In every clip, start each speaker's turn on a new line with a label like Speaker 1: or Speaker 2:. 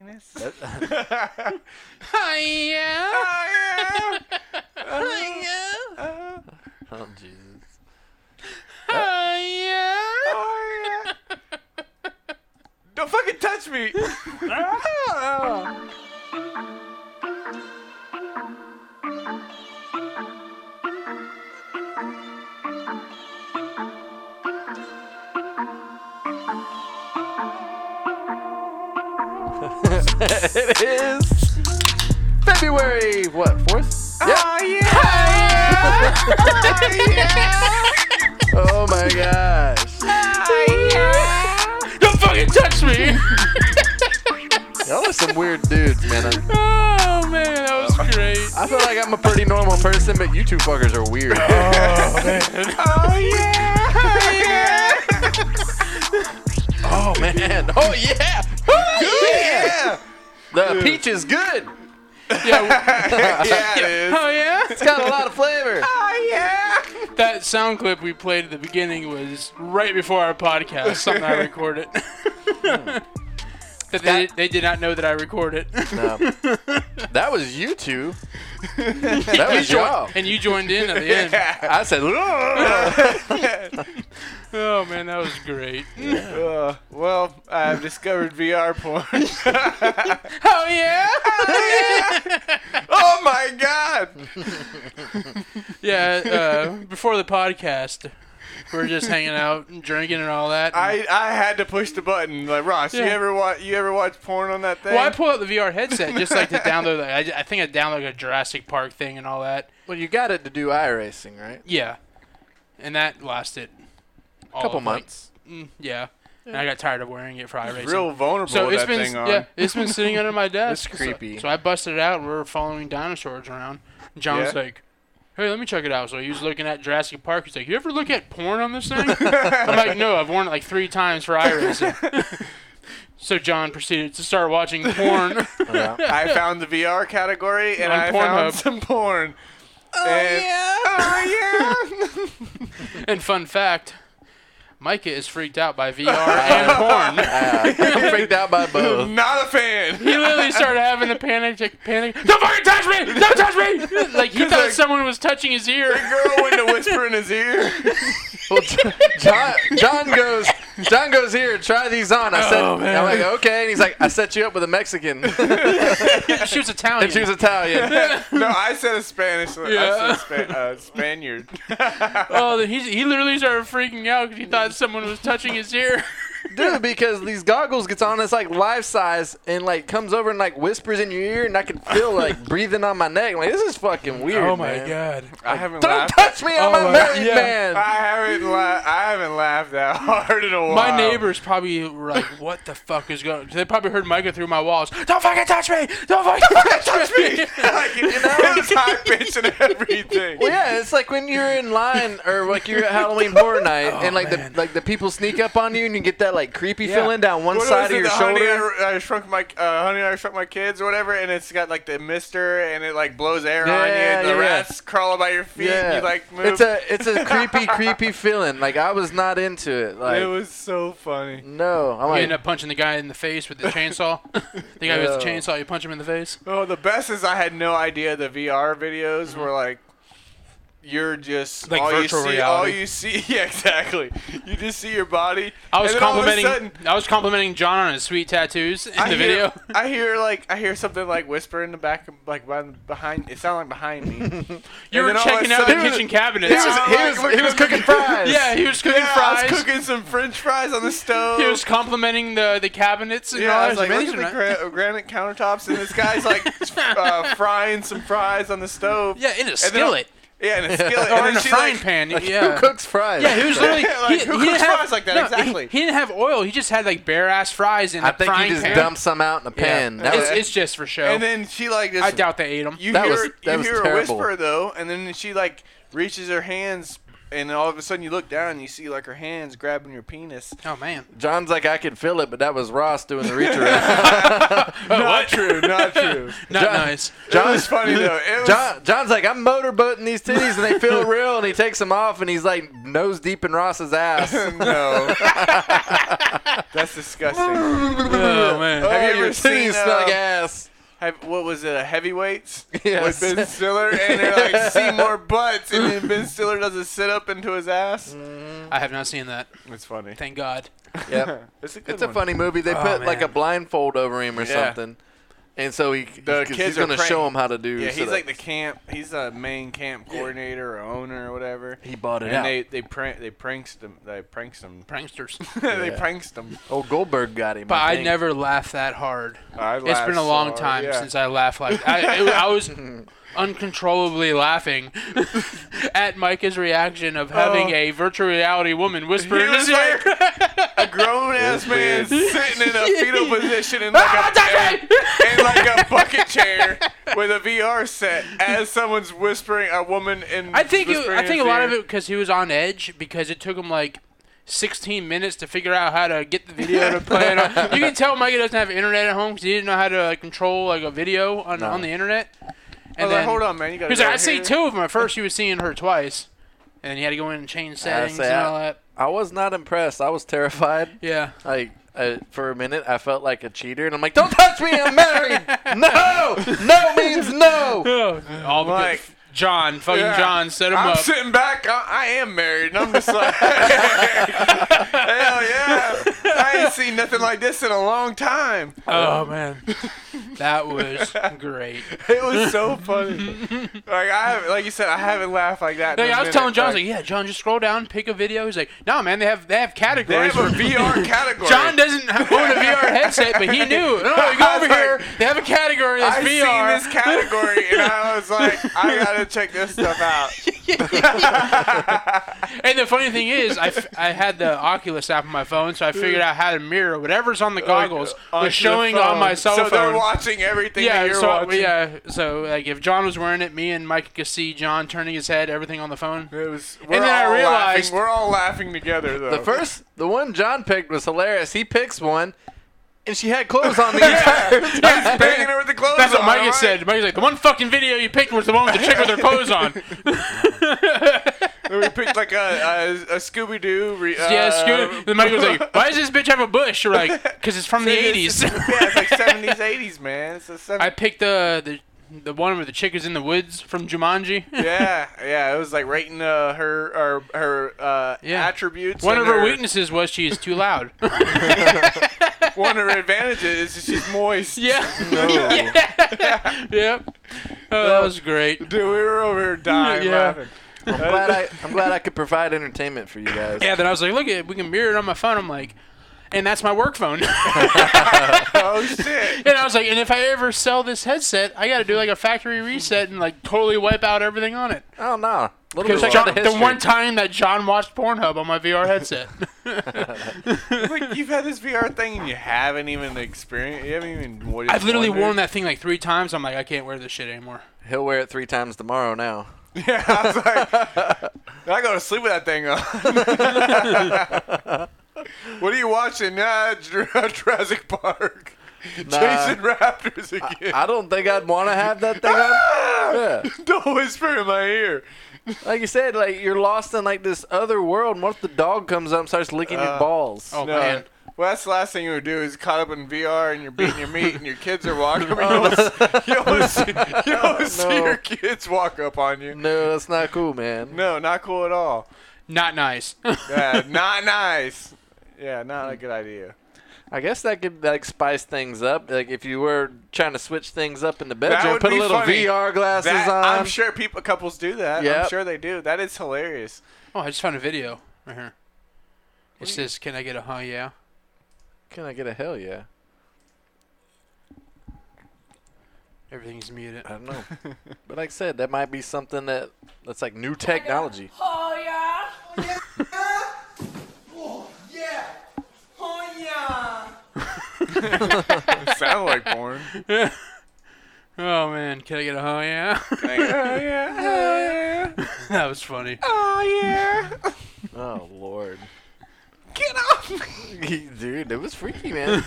Speaker 1: this?
Speaker 2: Oh, yeah.
Speaker 1: oh, yeah.
Speaker 2: Oh, yeah.
Speaker 1: Uh,
Speaker 3: Oh Jesus.
Speaker 2: Oh,
Speaker 1: oh, yeah.
Speaker 2: yeah.
Speaker 1: Don't fucking touch me.
Speaker 3: it is February what fourth?
Speaker 1: Oh, yeah. Oh, yeah.
Speaker 3: Oh my gosh.
Speaker 1: Oh, yeah.
Speaker 2: Don't fucking touch me.
Speaker 3: Y'all are some weird dudes, man. I,
Speaker 2: oh man, that was great.
Speaker 3: I feel like I'm a pretty normal person, but you two fuckers are weird.
Speaker 1: Oh, yeah. Oh, yeah.
Speaker 3: Oh man. Oh yeah. Oh
Speaker 1: Yeah.
Speaker 3: yeah. The peach is good.
Speaker 2: Yeah.
Speaker 1: Yeah, it is.
Speaker 2: Oh yeah.
Speaker 3: It's got a lot of flavor.
Speaker 1: Oh, yeah.
Speaker 2: That sound clip we played at the beginning was right before our podcast. Something I recorded. That they, they did not know that I recorded.
Speaker 3: No. That was you two. That was
Speaker 2: You joined-
Speaker 3: y'all.
Speaker 2: And you joined in at the end.
Speaker 3: I said, "Ugh."
Speaker 2: Oh man, that was great.
Speaker 1: Uh, well, I've discovered VR porn.
Speaker 2: Oh yeah.
Speaker 1: oh my god!
Speaker 2: Yeah. Uh, before the podcast, we were just hanging out and drinking and all that.
Speaker 1: I, I had to push the button. Like Ross,
Speaker 2: Yeah.
Speaker 1: you ever watch you ever watch porn on that thing?
Speaker 2: Well, I pulled up the VR headset just like to download. Like, I, I think I downloaded a Jurassic Park thing and all that.
Speaker 3: well, you got it to do iRacing, right?
Speaker 2: Yeah, and that lasted all
Speaker 3: A couple
Speaker 2: of, like,
Speaker 3: months.
Speaker 2: mm, yeah. and I got tired of wearing it for iRacing.
Speaker 1: It's real vulnerable
Speaker 2: so
Speaker 1: with
Speaker 2: it's
Speaker 1: that
Speaker 2: been
Speaker 1: thing on.
Speaker 2: yeah, it's been sitting under my desk.
Speaker 3: It's
Speaker 2: So-
Speaker 3: creepy.
Speaker 2: So, I busted it out and we were following dinosaurs around. And John was
Speaker 1: Yeah.
Speaker 2: like. Hey, let me check it out. So he was looking at Jurassic Park. He's like, "You ever look at porn on this thing?" I'm like, "No, I've worn it like three times for iRacing." so John proceeded to start watching porn.
Speaker 3: Yeah.
Speaker 1: I found the VR category and
Speaker 2: On
Speaker 1: I
Speaker 2: Pornhub.
Speaker 1: found some porn. Oh yeah! Oh yeah!
Speaker 2: And fun fact, Micah is freaked out by VR and porn.
Speaker 3: Uh, I'm freaked out by both.
Speaker 1: Not a fan.
Speaker 2: He literally started having a panic, a panic. Don't fucking touch me! Don't touch me! Like he thought
Speaker 1: like-
Speaker 2: someone was touching his ear.
Speaker 1: Girl went to whisper in his ear.
Speaker 3: Well, J- John, John goes. John goes here. Try these on. I said.
Speaker 2: Oh, man.
Speaker 3: I'm like, okay. And he's like, I set you up with a Mexican.
Speaker 2: She was Italian.
Speaker 3: she was Italian.
Speaker 1: No, I said a Spanish. I
Speaker 2: Yeah.
Speaker 1: said Spa- uh, Spaniard.
Speaker 2: oh, he, he literally started freaking out because he thought someone was touching his ear.
Speaker 3: Dude, because these goggles gets on, it's like life size, and like comes over and like whispers in your ear, and I can feel like breathing on my neck. I'm like this is fucking weird. man.
Speaker 2: Oh, god.
Speaker 1: I haven't
Speaker 3: Don't
Speaker 1: laughed.
Speaker 3: touch me! I'm
Speaker 2: Oh
Speaker 3: a
Speaker 2: my-
Speaker 3: married
Speaker 2: yeah. Ah.
Speaker 1: I
Speaker 3: man.
Speaker 1: haven't la- I haven't laughed that hard in a while.
Speaker 2: My neighbors probably were like, "What the fuck is going?" They probably heard Micah through my walls. Don't fucking touch me! Don't fucking touch, me!
Speaker 1: like you know, it's high pitch and everything.
Speaker 3: Well, yeah, it's like when you're in line or like you're at Halloween Horror Night, and like
Speaker 2: Oh, man.
Speaker 3: the like the people sneak up on you, and you get that like creepy
Speaker 2: Yeah.
Speaker 3: feeling down one
Speaker 1: What
Speaker 3: side
Speaker 1: was it,
Speaker 3: of your
Speaker 1: the
Speaker 3: shoulder.
Speaker 1: Honey, I, I shrunk my uh, honey, I shrunk my kids or whatever, and it's got like the mister, and it like blows air on you,
Speaker 3: Yeah,
Speaker 1: and the
Speaker 3: yeah.
Speaker 1: rats crawl by your feet, and you like move.
Speaker 3: It's a it's a creepy, creepy feeling. Like I was not into it. Like
Speaker 1: it was so funny.
Speaker 3: no, I'm
Speaker 2: You
Speaker 3: like
Speaker 2: end up punching the guy in the face with the chainsaw. the guy with the
Speaker 3: Yeah.
Speaker 2: chainsaw, you punch him in the face.
Speaker 1: Oh, the best is I had no idea the VR videos were like. You're just
Speaker 2: Like
Speaker 1: all you see,
Speaker 2: virtual
Speaker 1: all
Speaker 2: reality.
Speaker 1: you see. Yeah, exactly. You just see your body.
Speaker 2: I was
Speaker 1: and then all of a
Speaker 2: complimenting.
Speaker 1: sudden-
Speaker 2: I was complimenting John on his sweet tattoos in the
Speaker 1: hear,
Speaker 2: video.
Speaker 1: I hear like I hear something like whisper in the back, of, like behind, behind. It sounded like behind me.
Speaker 2: You were
Speaker 1: then all of a
Speaker 2: checking out the
Speaker 1: sudden-
Speaker 2: kitchen cabinets.
Speaker 3: he was, he
Speaker 1: like,
Speaker 3: was,
Speaker 1: look
Speaker 3: he was
Speaker 1: at
Speaker 3: cooking fries.
Speaker 2: yeah, he was cooking
Speaker 1: yeah, I
Speaker 2: fries.
Speaker 1: was cooking some French fries on the stove.
Speaker 2: He was complimenting the, the cabinets and
Speaker 1: yeah, I
Speaker 2: all that.
Speaker 1: was like,
Speaker 2: Man,
Speaker 1: look at
Speaker 2: these
Speaker 1: the
Speaker 2: are ni-
Speaker 1: gra- granite countertops, and this guy's like uh, frying some fries on the stove.
Speaker 2: yeah, in a
Speaker 1: then I'll-
Speaker 2: skillet
Speaker 1: yeah, in a skillet, and
Speaker 2: or
Speaker 1: then
Speaker 2: in a
Speaker 1: she,
Speaker 2: frying
Speaker 1: like,
Speaker 2: pan.
Speaker 3: Like,
Speaker 2: yeah.
Speaker 3: Who cooks fries?
Speaker 2: yeah, he was literally
Speaker 1: Like,
Speaker 2: he,
Speaker 1: who
Speaker 2: he didn't
Speaker 1: cooks
Speaker 2: have,
Speaker 1: fries like that?
Speaker 2: no, he-
Speaker 1: Exactly.
Speaker 2: He, didn't have oil. He just had like bare ass fries in
Speaker 3: I
Speaker 2: a
Speaker 3: think
Speaker 2: frying
Speaker 3: he just
Speaker 2: pan.
Speaker 3: dumped some out in a pan.
Speaker 2: Yeah.
Speaker 3: That
Speaker 2: it's,
Speaker 3: was,
Speaker 2: it's just for show.
Speaker 1: And then she like just
Speaker 2: I doubt they ate them.
Speaker 1: you
Speaker 3: That
Speaker 1: hear
Speaker 3: was- that
Speaker 1: you
Speaker 3: was
Speaker 1: hear
Speaker 3: terrible.
Speaker 1: a whisper though, and then she like reaches her hands and all of a sudden you look down and you see like her hands grabbing your penis.
Speaker 2: Oh man.
Speaker 3: John's like, I could feel it, but that was Ross doing the reach around.
Speaker 2: Oh, what?
Speaker 1: True, not true.
Speaker 2: Not
Speaker 3: John-
Speaker 2: nice.
Speaker 1: John was funny though. It was,
Speaker 3: John, John's like, I'm motorboating these titties and they feel real, and he takes them off and he's like nose deep in Ross's ass.
Speaker 2: Oh,
Speaker 1: no. That's disgusting.
Speaker 2: Oh
Speaker 1: Have
Speaker 2: man.
Speaker 1: you
Speaker 3: Oh,
Speaker 1: ever
Speaker 3: your
Speaker 1: seen,
Speaker 3: titties smell like
Speaker 1: uh,
Speaker 3: ass?
Speaker 1: Have, what was it? A heavyweights
Speaker 3: Yes.
Speaker 1: with Ben Stiller, and they're like see more butts, and then Ben Stiller does a sit up into his ass.
Speaker 3: Mm.
Speaker 2: I have not seen that.
Speaker 1: It's funny.
Speaker 2: Thank God.
Speaker 3: Yep.
Speaker 1: It's a good
Speaker 3: It's a
Speaker 1: one.
Speaker 3: funny movie. They
Speaker 2: Oh,
Speaker 3: put like a
Speaker 2: man.
Speaker 3: blindfold over him or
Speaker 1: Yeah.
Speaker 3: something, and so he
Speaker 1: The
Speaker 3: 'cause he's
Speaker 1: kids are
Speaker 3: gonna
Speaker 1: praying.
Speaker 3: show him how to do.
Speaker 1: Yeah, he's
Speaker 3: sit-ups.
Speaker 1: like the camp. He's a main camp coordinator or owner or whatever.
Speaker 3: he bought it
Speaker 1: And
Speaker 3: out.
Speaker 1: they they prank they pranks them they pranks them
Speaker 2: Pranksters.
Speaker 1: they
Speaker 3: Yeah.
Speaker 1: pranks them.
Speaker 3: oh, Goldberg got him.
Speaker 2: But
Speaker 3: I,
Speaker 2: I
Speaker 3: think.
Speaker 2: never laughed that hard.
Speaker 1: I
Speaker 2: It's been a long time since I laughed like I, it- I was uncontrollably laughing at Micah's reaction of having
Speaker 1: Oh.
Speaker 2: a virtual reality woman whisper
Speaker 1: He
Speaker 2: in his
Speaker 1: was
Speaker 2: ear.
Speaker 1: a grown ass man
Speaker 3: weird.
Speaker 1: sitting in a fetal position in like a,
Speaker 2: That's right.
Speaker 1: in like a bucket chair with a VR set as someone's whispering a woman in.
Speaker 2: I think it,
Speaker 1: whispering
Speaker 2: I
Speaker 1: in
Speaker 2: think a
Speaker 1: his
Speaker 2: lot
Speaker 1: ear.
Speaker 2: of it because he was on edge because it took him like 16 minutes to figure out how to get the video to play. It on. You can tell Micah doesn't have internet at home because he didn't know how to like, control like a video on, on the internet.
Speaker 1: I
Speaker 2: And
Speaker 1: was
Speaker 2: then
Speaker 1: like, hold on, man. You gotta
Speaker 2: he was
Speaker 1: go
Speaker 2: like, I
Speaker 1: over
Speaker 2: see
Speaker 1: here."
Speaker 2: two of them. At first, he was seeing her twice, and then he had to go in and change settings
Speaker 3: say,
Speaker 2: and
Speaker 3: I-
Speaker 2: all that.
Speaker 3: I was not impressed. I was terrified.
Speaker 2: Yeah.
Speaker 3: Like I, for a minute, I felt like a cheater, and I'm like, "Don't touch me! I'm married. no, no means no."
Speaker 2: all the
Speaker 1: Like-
Speaker 2: John, fucking
Speaker 1: Yeah.
Speaker 2: John, set him
Speaker 1: I'm
Speaker 2: up.
Speaker 1: sitting back. I, I am married, and I'm just like, hell yeah! I ain't seen nothing like this in a long time.
Speaker 2: oh man, that was great.
Speaker 1: It was so funny. like I, haven't- like you said, I haven't laughed like that. in
Speaker 2: Like,
Speaker 1: a
Speaker 2: I was
Speaker 1: minute.
Speaker 2: telling John, I was like, yeah, John, just scroll down, pick a video. He's like, no, man, they have they have
Speaker 1: they
Speaker 2: categories.
Speaker 1: have a
Speaker 2: for-
Speaker 1: VR category.
Speaker 2: John doesn't ha- own a VR headset, but he knew. No, you go
Speaker 1: I
Speaker 2: over
Speaker 1: was like,
Speaker 2: here. They have a category that's
Speaker 1: I
Speaker 2: VR.
Speaker 1: seen this category, and I was like, I gotta check this stuff out.
Speaker 2: and the funny thing is, I, f- I had the Oculus app on my phone, so I figured out how to mirror whatever's on the goggles
Speaker 1: On your
Speaker 2: was showing on my cell
Speaker 1: so
Speaker 2: phone.
Speaker 1: they're watching everything that
Speaker 2: yeah,
Speaker 1: you're
Speaker 2: so uh,
Speaker 1: watching.
Speaker 2: yeah, so like if John was wearing it, me and Mike could see John turning his head, everything on the phone.
Speaker 1: It was, we're
Speaker 2: And then I
Speaker 1: all
Speaker 2: realized-
Speaker 1: laughing. we're all laughing together though.
Speaker 3: The first, the one John picked was hilarious. He picks one, and she had clothes on the entire
Speaker 1: He's
Speaker 3: time.
Speaker 1: banging her with the clothes.
Speaker 2: That's what
Speaker 1: on,
Speaker 2: Mike
Speaker 1: right?
Speaker 2: said. Mike was like, the one fucking video you picked was the one with the chick with her clothes on.
Speaker 1: we picked like a, a, a Scooby Doo. Re- uh,
Speaker 2: yeah, Scoot. Then Mike was like, why does this bitch have a bush? We're like, because it's from the
Speaker 1: It's-
Speaker 2: '80s.
Speaker 1: yeah, it's like seventies, eighties, man. It's a
Speaker 2: I
Speaker 1: seven-
Speaker 2: picked uh, the the the one where the chick is in the woods from Jumanji.
Speaker 1: yeah, yeah. It was like rating uh, her her her uh,
Speaker 2: Yeah.
Speaker 1: attributes.
Speaker 2: One
Speaker 1: and
Speaker 2: of her
Speaker 1: her
Speaker 2: weaknesses was she is too loud.
Speaker 1: One of her advantages is she's moist.
Speaker 2: yeah. yeah. Yep. Oh, that was great.
Speaker 1: Dude, we were over here dying
Speaker 2: Yeah.
Speaker 1: laughing.
Speaker 3: I'm glad I, I'm glad I could provide entertainment for you guys.
Speaker 2: Yeah. Then I was like, look at we can mirror it on my phone. I'm like. And that's my work phone. and
Speaker 1: Oh shit!
Speaker 2: I was like, and if I ever sell this headset, I got to do like a factory reset and like totally wipe out everything on it.
Speaker 3: Oh no, little
Speaker 2: Because
Speaker 3: bit
Speaker 2: John,
Speaker 3: of
Speaker 2: the
Speaker 3: history.
Speaker 2: one time that John watched Pornhub on my VR headset.
Speaker 1: Like you've had this VR thing and you haven't even experienced. You haven't even. what-
Speaker 2: I've literally
Speaker 1: wondered.
Speaker 2: worn that thing like three times. I'm like, I can't wear this shit anymore.
Speaker 3: He'll wear it three times tomorrow. Now
Speaker 1: Yeah, I was like, I go to sleep with that thing on. what are you watching? Nah, Jur- Jurassic Park. Jason Raptors again.
Speaker 3: I don't think I'd want to have that thing on. Yeah.
Speaker 1: don't whisper in my ear.
Speaker 3: Like you said, like you're lost in like this other world. And what if the dog comes up and starts licking your
Speaker 1: Uh,
Speaker 3: balls?
Speaker 2: Oh
Speaker 1: No.
Speaker 2: man.
Speaker 1: Well, that's the last thing you would do is caught up in VR and you're beating your meat and your kids are walking. I mean, you always, you always, see- you always see
Speaker 3: No.
Speaker 1: your kids walk up on you.
Speaker 3: No, that's not cool, man.
Speaker 1: No, not cool at all.
Speaker 2: Not nice.
Speaker 1: Yeah, not nice. Yeah, not a good idea.
Speaker 3: I guess that could like spice things up. Like if you were trying to switch things up in the bedroom,
Speaker 1: would
Speaker 3: put a
Speaker 1: be
Speaker 3: little
Speaker 1: funny.
Speaker 3: VR glasses
Speaker 1: That-
Speaker 2: uh,
Speaker 3: on.
Speaker 1: I'm sure people couples do that. I'm
Speaker 3: Yep.
Speaker 1: sure they do. That is hilarious.
Speaker 2: Oh, I just found a video right here. It says, "Can I get a huh? Yeah."
Speaker 3: Can I get a hell yeah?
Speaker 2: Everything's muted.
Speaker 3: I don't know. but like I said, that might be something that that's like new technology.
Speaker 4: Oh yeah. Oh yeah. oh yeah. Oh yeah.
Speaker 1: It sounded like porn.
Speaker 2: Oh man, can I get a huh? Yeah.
Speaker 1: yeah, yeah, yeah.
Speaker 2: that was funny.
Speaker 1: Oh yeah.
Speaker 3: Oh lord,
Speaker 1: Get off me.
Speaker 3: dude, it was freaky, man.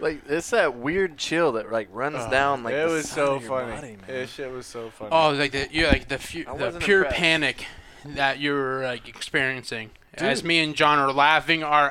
Speaker 3: like it's that weird chill that like runs down like.
Speaker 1: it
Speaker 3: the
Speaker 1: was
Speaker 3: side
Speaker 1: so
Speaker 3: of your
Speaker 1: funny.
Speaker 3: body, man.
Speaker 1: That shit was so funny.
Speaker 2: Oh, like the you like the fu-
Speaker 3: I
Speaker 2: the
Speaker 3: wasn't
Speaker 2: pure
Speaker 3: impressed.
Speaker 2: panic that you were like experiencing. As me and John are laughing our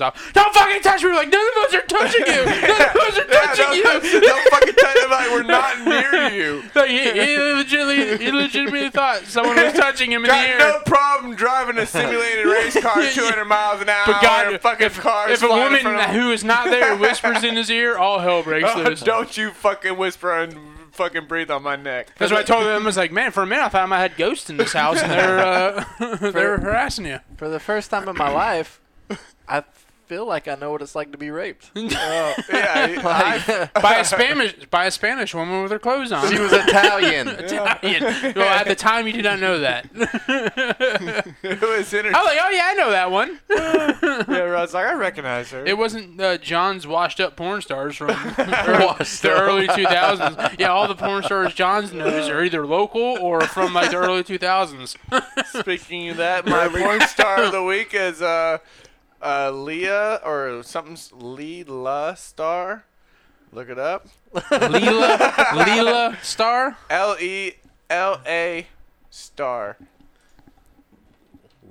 Speaker 2: off. Don't fucking touch me! We're like none of us are touching you. None of us are
Speaker 1: Yeah,
Speaker 2: touching
Speaker 1: don't,
Speaker 2: you.
Speaker 1: Don't, don't fucking touch it. Like we're not near you.
Speaker 2: Like, he, he legitimately, he legitimately thought someone was touching him in the
Speaker 1: Got
Speaker 2: air.
Speaker 1: no problem driving a simulated race car at 200 miles an hour.
Speaker 2: But God,
Speaker 1: and fucking
Speaker 2: if,
Speaker 1: cars
Speaker 2: if a
Speaker 1: flying in
Speaker 2: woman
Speaker 1: front of
Speaker 2: who is not there whispers in his ear, all hell breaks
Speaker 1: Oh,
Speaker 2: loose.
Speaker 1: don't you fucking whisper and fucking breathe on my neck.
Speaker 2: That's what I told him. I was like, man, for a minute I thought I might have ghosts in this house, and they're uh, they're harassing you.
Speaker 3: For the first time in my life, I feel like I know what it's like to be raped.
Speaker 1: Yeah, I,
Speaker 2: by a Spanish by a Spanish woman with her clothes on.
Speaker 3: she was Italian.
Speaker 2: Italian. Well, at the time you did not know that. I was
Speaker 1: it was entertaining.
Speaker 2: like, oh yeah, I know that one.
Speaker 1: Yeah, I was like, I recognize her.
Speaker 2: It wasn't uh, John's washed up porn stars from
Speaker 3: Washed
Speaker 2: the
Speaker 3: up.
Speaker 2: early 2000s. Yeah, all the porn stars John's knows are either local or from like the early 2000s.
Speaker 1: Speaking of that, my porn star of the week is uh, uh, Leah or something Leela Star. Look it up.
Speaker 2: Leela, Leela Star.
Speaker 1: L E L A Star.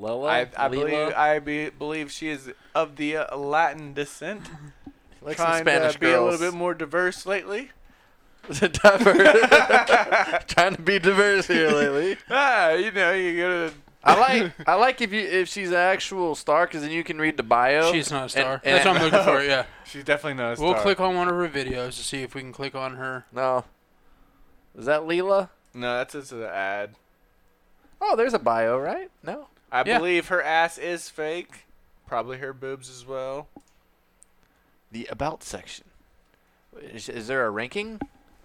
Speaker 3: Lola.
Speaker 1: I, I
Speaker 3: Lila?
Speaker 1: believe I be, believe she is of the uh, Latin descent.
Speaker 3: like some
Speaker 1: trying
Speaker 3: Spanish
Speaker 1: to be a
Speaker 3: girls.
Speaker 1: little bit more diverse lately.
Speaker 3: Diver- trying to be diverse here lately.
Speaker 1: Ah, you know, you gotta.
Speaker 3: I like I like if you if she's an actual star because then you can read the bio.
Speaker 2: She's not a star.
Speaker 3: Oh, And- and-
Speaker 2: That's what I'm looking for. Yeah,
Speaker 1: She's definitely not a star.
Speaker 2: we'll click on one of her videos to see if we can click on her.
Speaker 3: no. Is that Leela?
Speaker 1: No, that's just an ad.
Speaker 3: Oh, there's a bio, right? No.
Speaker 1: I
Speaker 2: Yeah.
Speaker 1: believe her ass is fake. Probably her boobs as well.
Speaker 3: The about section. Is, is there a ranking?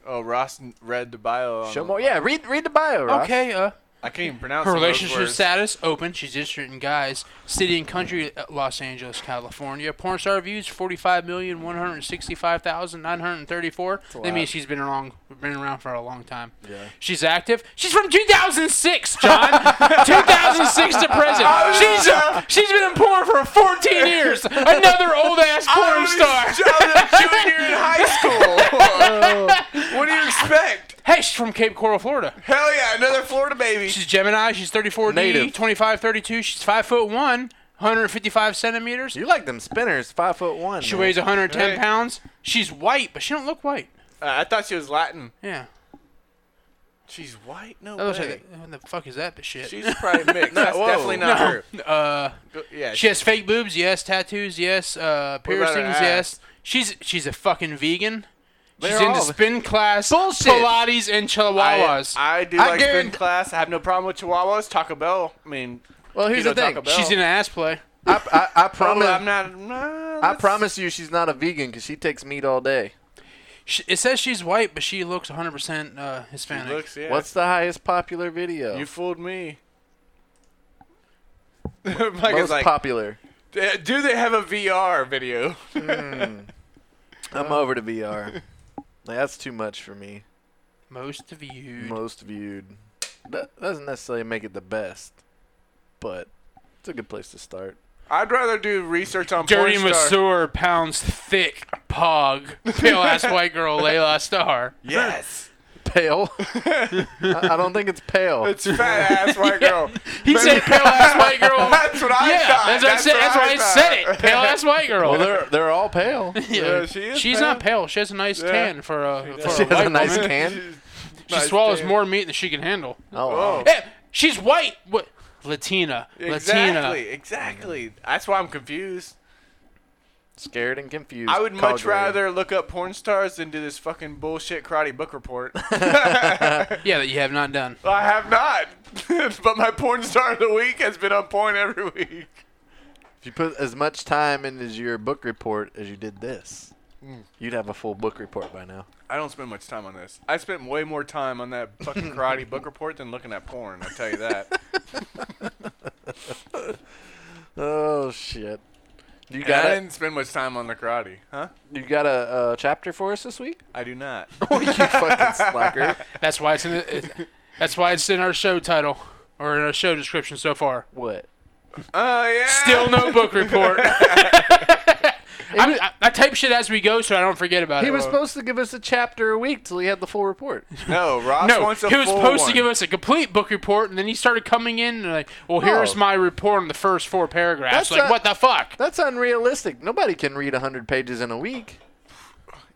Speaker 1: Oh, Ross n- read the bio. On
Speaker 3: Show
Speaker 1: the-
Speaker 3: more. Yeah, read read the bio. Ross.
Speaker 2: Okay. Uh,
Speaker 1: I can't even pronounce
Speaker 2: Her
Speaker 1: some of those
Speaker 2: relationship
Speaker 1: words.
Speaker 2: status open. She's interested in guys. City and country, uh, Los Angeles, California. Porn star views forty five million one hundred sixty five thousand nine hundred thirty four. That
Speaker 3: lot.
Speaker 2: means she's been around, been around for a long time.
Speaker 3: Yeah.
Speaker 2: She's active. She's from two thousand six, John. two thousand six to present. She's uh, she's been in porn for fourteen years. Another old ass
Speaker 1: I
Speaker 2: porn
Speaker 1: was
Speaker 2: star.
Speaker 1: a ju- I was a junior in high school.
Speaker 3: Oh.
Speaker 1: what do you expect?
Speaker 2: Hey, she's from Cape Coral, Florida.
Speaker 1: Hell yeah, another Florida baby.
Speaker 2: She's Gemini. She's 34D,
Speaker 3: Native.
Speaker 2: 25, 32. She's 5 foot 1, 155 centimeters.
Speaker 3: You like them spinners? Five foot one.
Speaker 2: She
Speaker 3: man.
Speaker 2: weighs 110
Speaker 1: Right.
Speaker 2: pounds. She's white, but she don't look white.
Speaker 1: Uh, I thought she was Latin.
Speaker 2: Yeah.
Speaker 1: She's white? No
Speaker 2: I
Speaker 3: Oh,
Speaker 2: was
Speaker 1: way.
Speaker 2: like, what the fuck is that shit?
Speaker 1: She's probably mixed. That's
Speaker 3: whoa.
Speaker 1: definitely not
Speaker 2: No.
Speaker 1: her.
Speaker 2: Uh,
Speaker 1: Go- Yeah,
Speaker 2: she has fake boobs, yes. Tattoos, yes. Uh,
Speaker 1: about her
Speaker 2: piercings,
Speaker 1: ass?
Speaker 2: yes. She's she's a fucking vegan. She's
Speaker 3: They're
Speaker 2: into
Speaker 3: all-
Speaker 2: spin class,
Speaker 3: Bullshit.
Speaker 2: Pilates, and
Speaker 1: I,
Speaker 2: chihuahuas.
Speaker 1: I do
Speaker 3: I
Speaker 1: like spin
Speaker 3: guarantee-
Speaker 1: class. I have no problem with Chihuahuas. Taco Bell. I mean,
Speaker 3: Well, here's
Speaker 1: you know,
Speaker 3: the thing.
Speaker 1: Taco Bell.
Speaker 2: she's in an ass play.
Speaker 3: I, I, I promise.
Speaker 1: Probably, Oh, I'm not. Nah,
Speaker 3: I
Speaker 1: that's-
Speaker 3: promise you, she's not a vegan because she takes meat all day.
Speaker 2: She, it says she's white, but she looks 100% uh, Hispanic.
Speaker 1: Looks, yeah.
Speaker 3: What's the highest popular video?
Speaker 1: You fooled me. Mike is
Speaker 3: Most
Speaker 1: like,
Speaker 3: popular.
Speaker 1: "Uh, do they have a VR video? uh,
Speaker 3: I'm over to VR. Like, That's too much for me.
Speaker 2: Most viewed.
Speaker 3: Most viewed. That doesn't necessarily make it the best, but it's a good place to start.
Speaker 1: I'd rather do research on
Speaker 2: Dirty
Speaker 1: porn star.
Speaker 2: masseur pounds thick pog. Pale ass white girl, Layla Star.
Speaker 1: Yes,
Speaker 3: Pale. I, I don't think it's pale.
Speaker 1: it's fat ass white girl.
Speaker 2: He said pale ass white girl.
Speaker 1: That's what I
Speaker 2: yeah,
Speaker 1: thought.
Speaker 2: that's what I said. That's why I said it. Pale ass white girl.
Speaker 3: well, they're they're all pale. Oh,
Speaker 2: Yeah.
Speaker 1: Yeah, she is
Speaker 2: She's
Speaker 1: pale.
Speaker 2: not pale. She has a nice
Speaker 1: Yeah.
Speaker 2: tan for a, for
Speaker 3: She
Speaker 2: a
Speaker 3: has a
Speaker 2: white
Speaker 3: nice
Speaker 2: woman.
Speaker 3: tan.
Speaker 2: She swallows more meat than she can handle.
Speaker 3: Oh,
Speaker 1: Oh.
Speaker 3: wow.
Speaker 2: Eh, she's white. What? Latina.
Speaker 1: Exactly,
Speaker 2: Latina.
Speaker 1: exactly. That's why I'm confused.
Speaker 3: scared and confused.
Speaker 1: I would
Speaker 3: Call
Speaker 1: much
Speaker 3: Gray.
Speaker 1: rather look up porn stars than do this fucking bullshit karate book report.
Speaker 2: Yeah, that you have not done.
Speaker 1: I have not, but my porn star of the week has been on point every week.
Speaker 3: If you put as much time into your book report as you did this, you'd have a full book report by now.
Speaker 1: I don't spend much time on this. I spent way more time on that fucking karate book report than looking at porn. I tell you that.
Speaker 3: Oh shit. You
Speaker 1: And
Speaker 3: got
Speaker 1: I
Speaker 3: a,
Speaker 1: didn't spend much time on the karate, huh?
Speaker 3: you got a, uh chapter for us this week?
Speaker 1: I do not. Oh,
Speaker 3: you fucking slacker.
Speaker 2: That's why it's in. The, it- that's why it's in our show title. or in a show description so far?
Speaker 3: What?
Speaker 1: Oh yeah.
Speaker 2: Still no book report. I, mean, I, I type shit as we go so I don't forget about
Speaker 3: He
Speaker 2: it.
Speaker 3: was supposed to give us a chapter a week till he had the full report.
Speaker 1: No, Ross
Speaker 2: no,
Speaker 1: wants a
Speaker 2: he was
Speaker 1: full
Speaker 2: supposed
Speaker 1: one.
Speaker 2: to give us a complete book report, and then he started coming in and like, "Well, here's
Speaker 3: Oh.
Speaker 2: my report on the first four paragraphs."
Speaker 3: That's
Speaker 2: like,
Speaker 3: not-
Speaker 2: what the fuck?
Speaker 3: That's unrealistic. Nobody can read 100 pages in a week.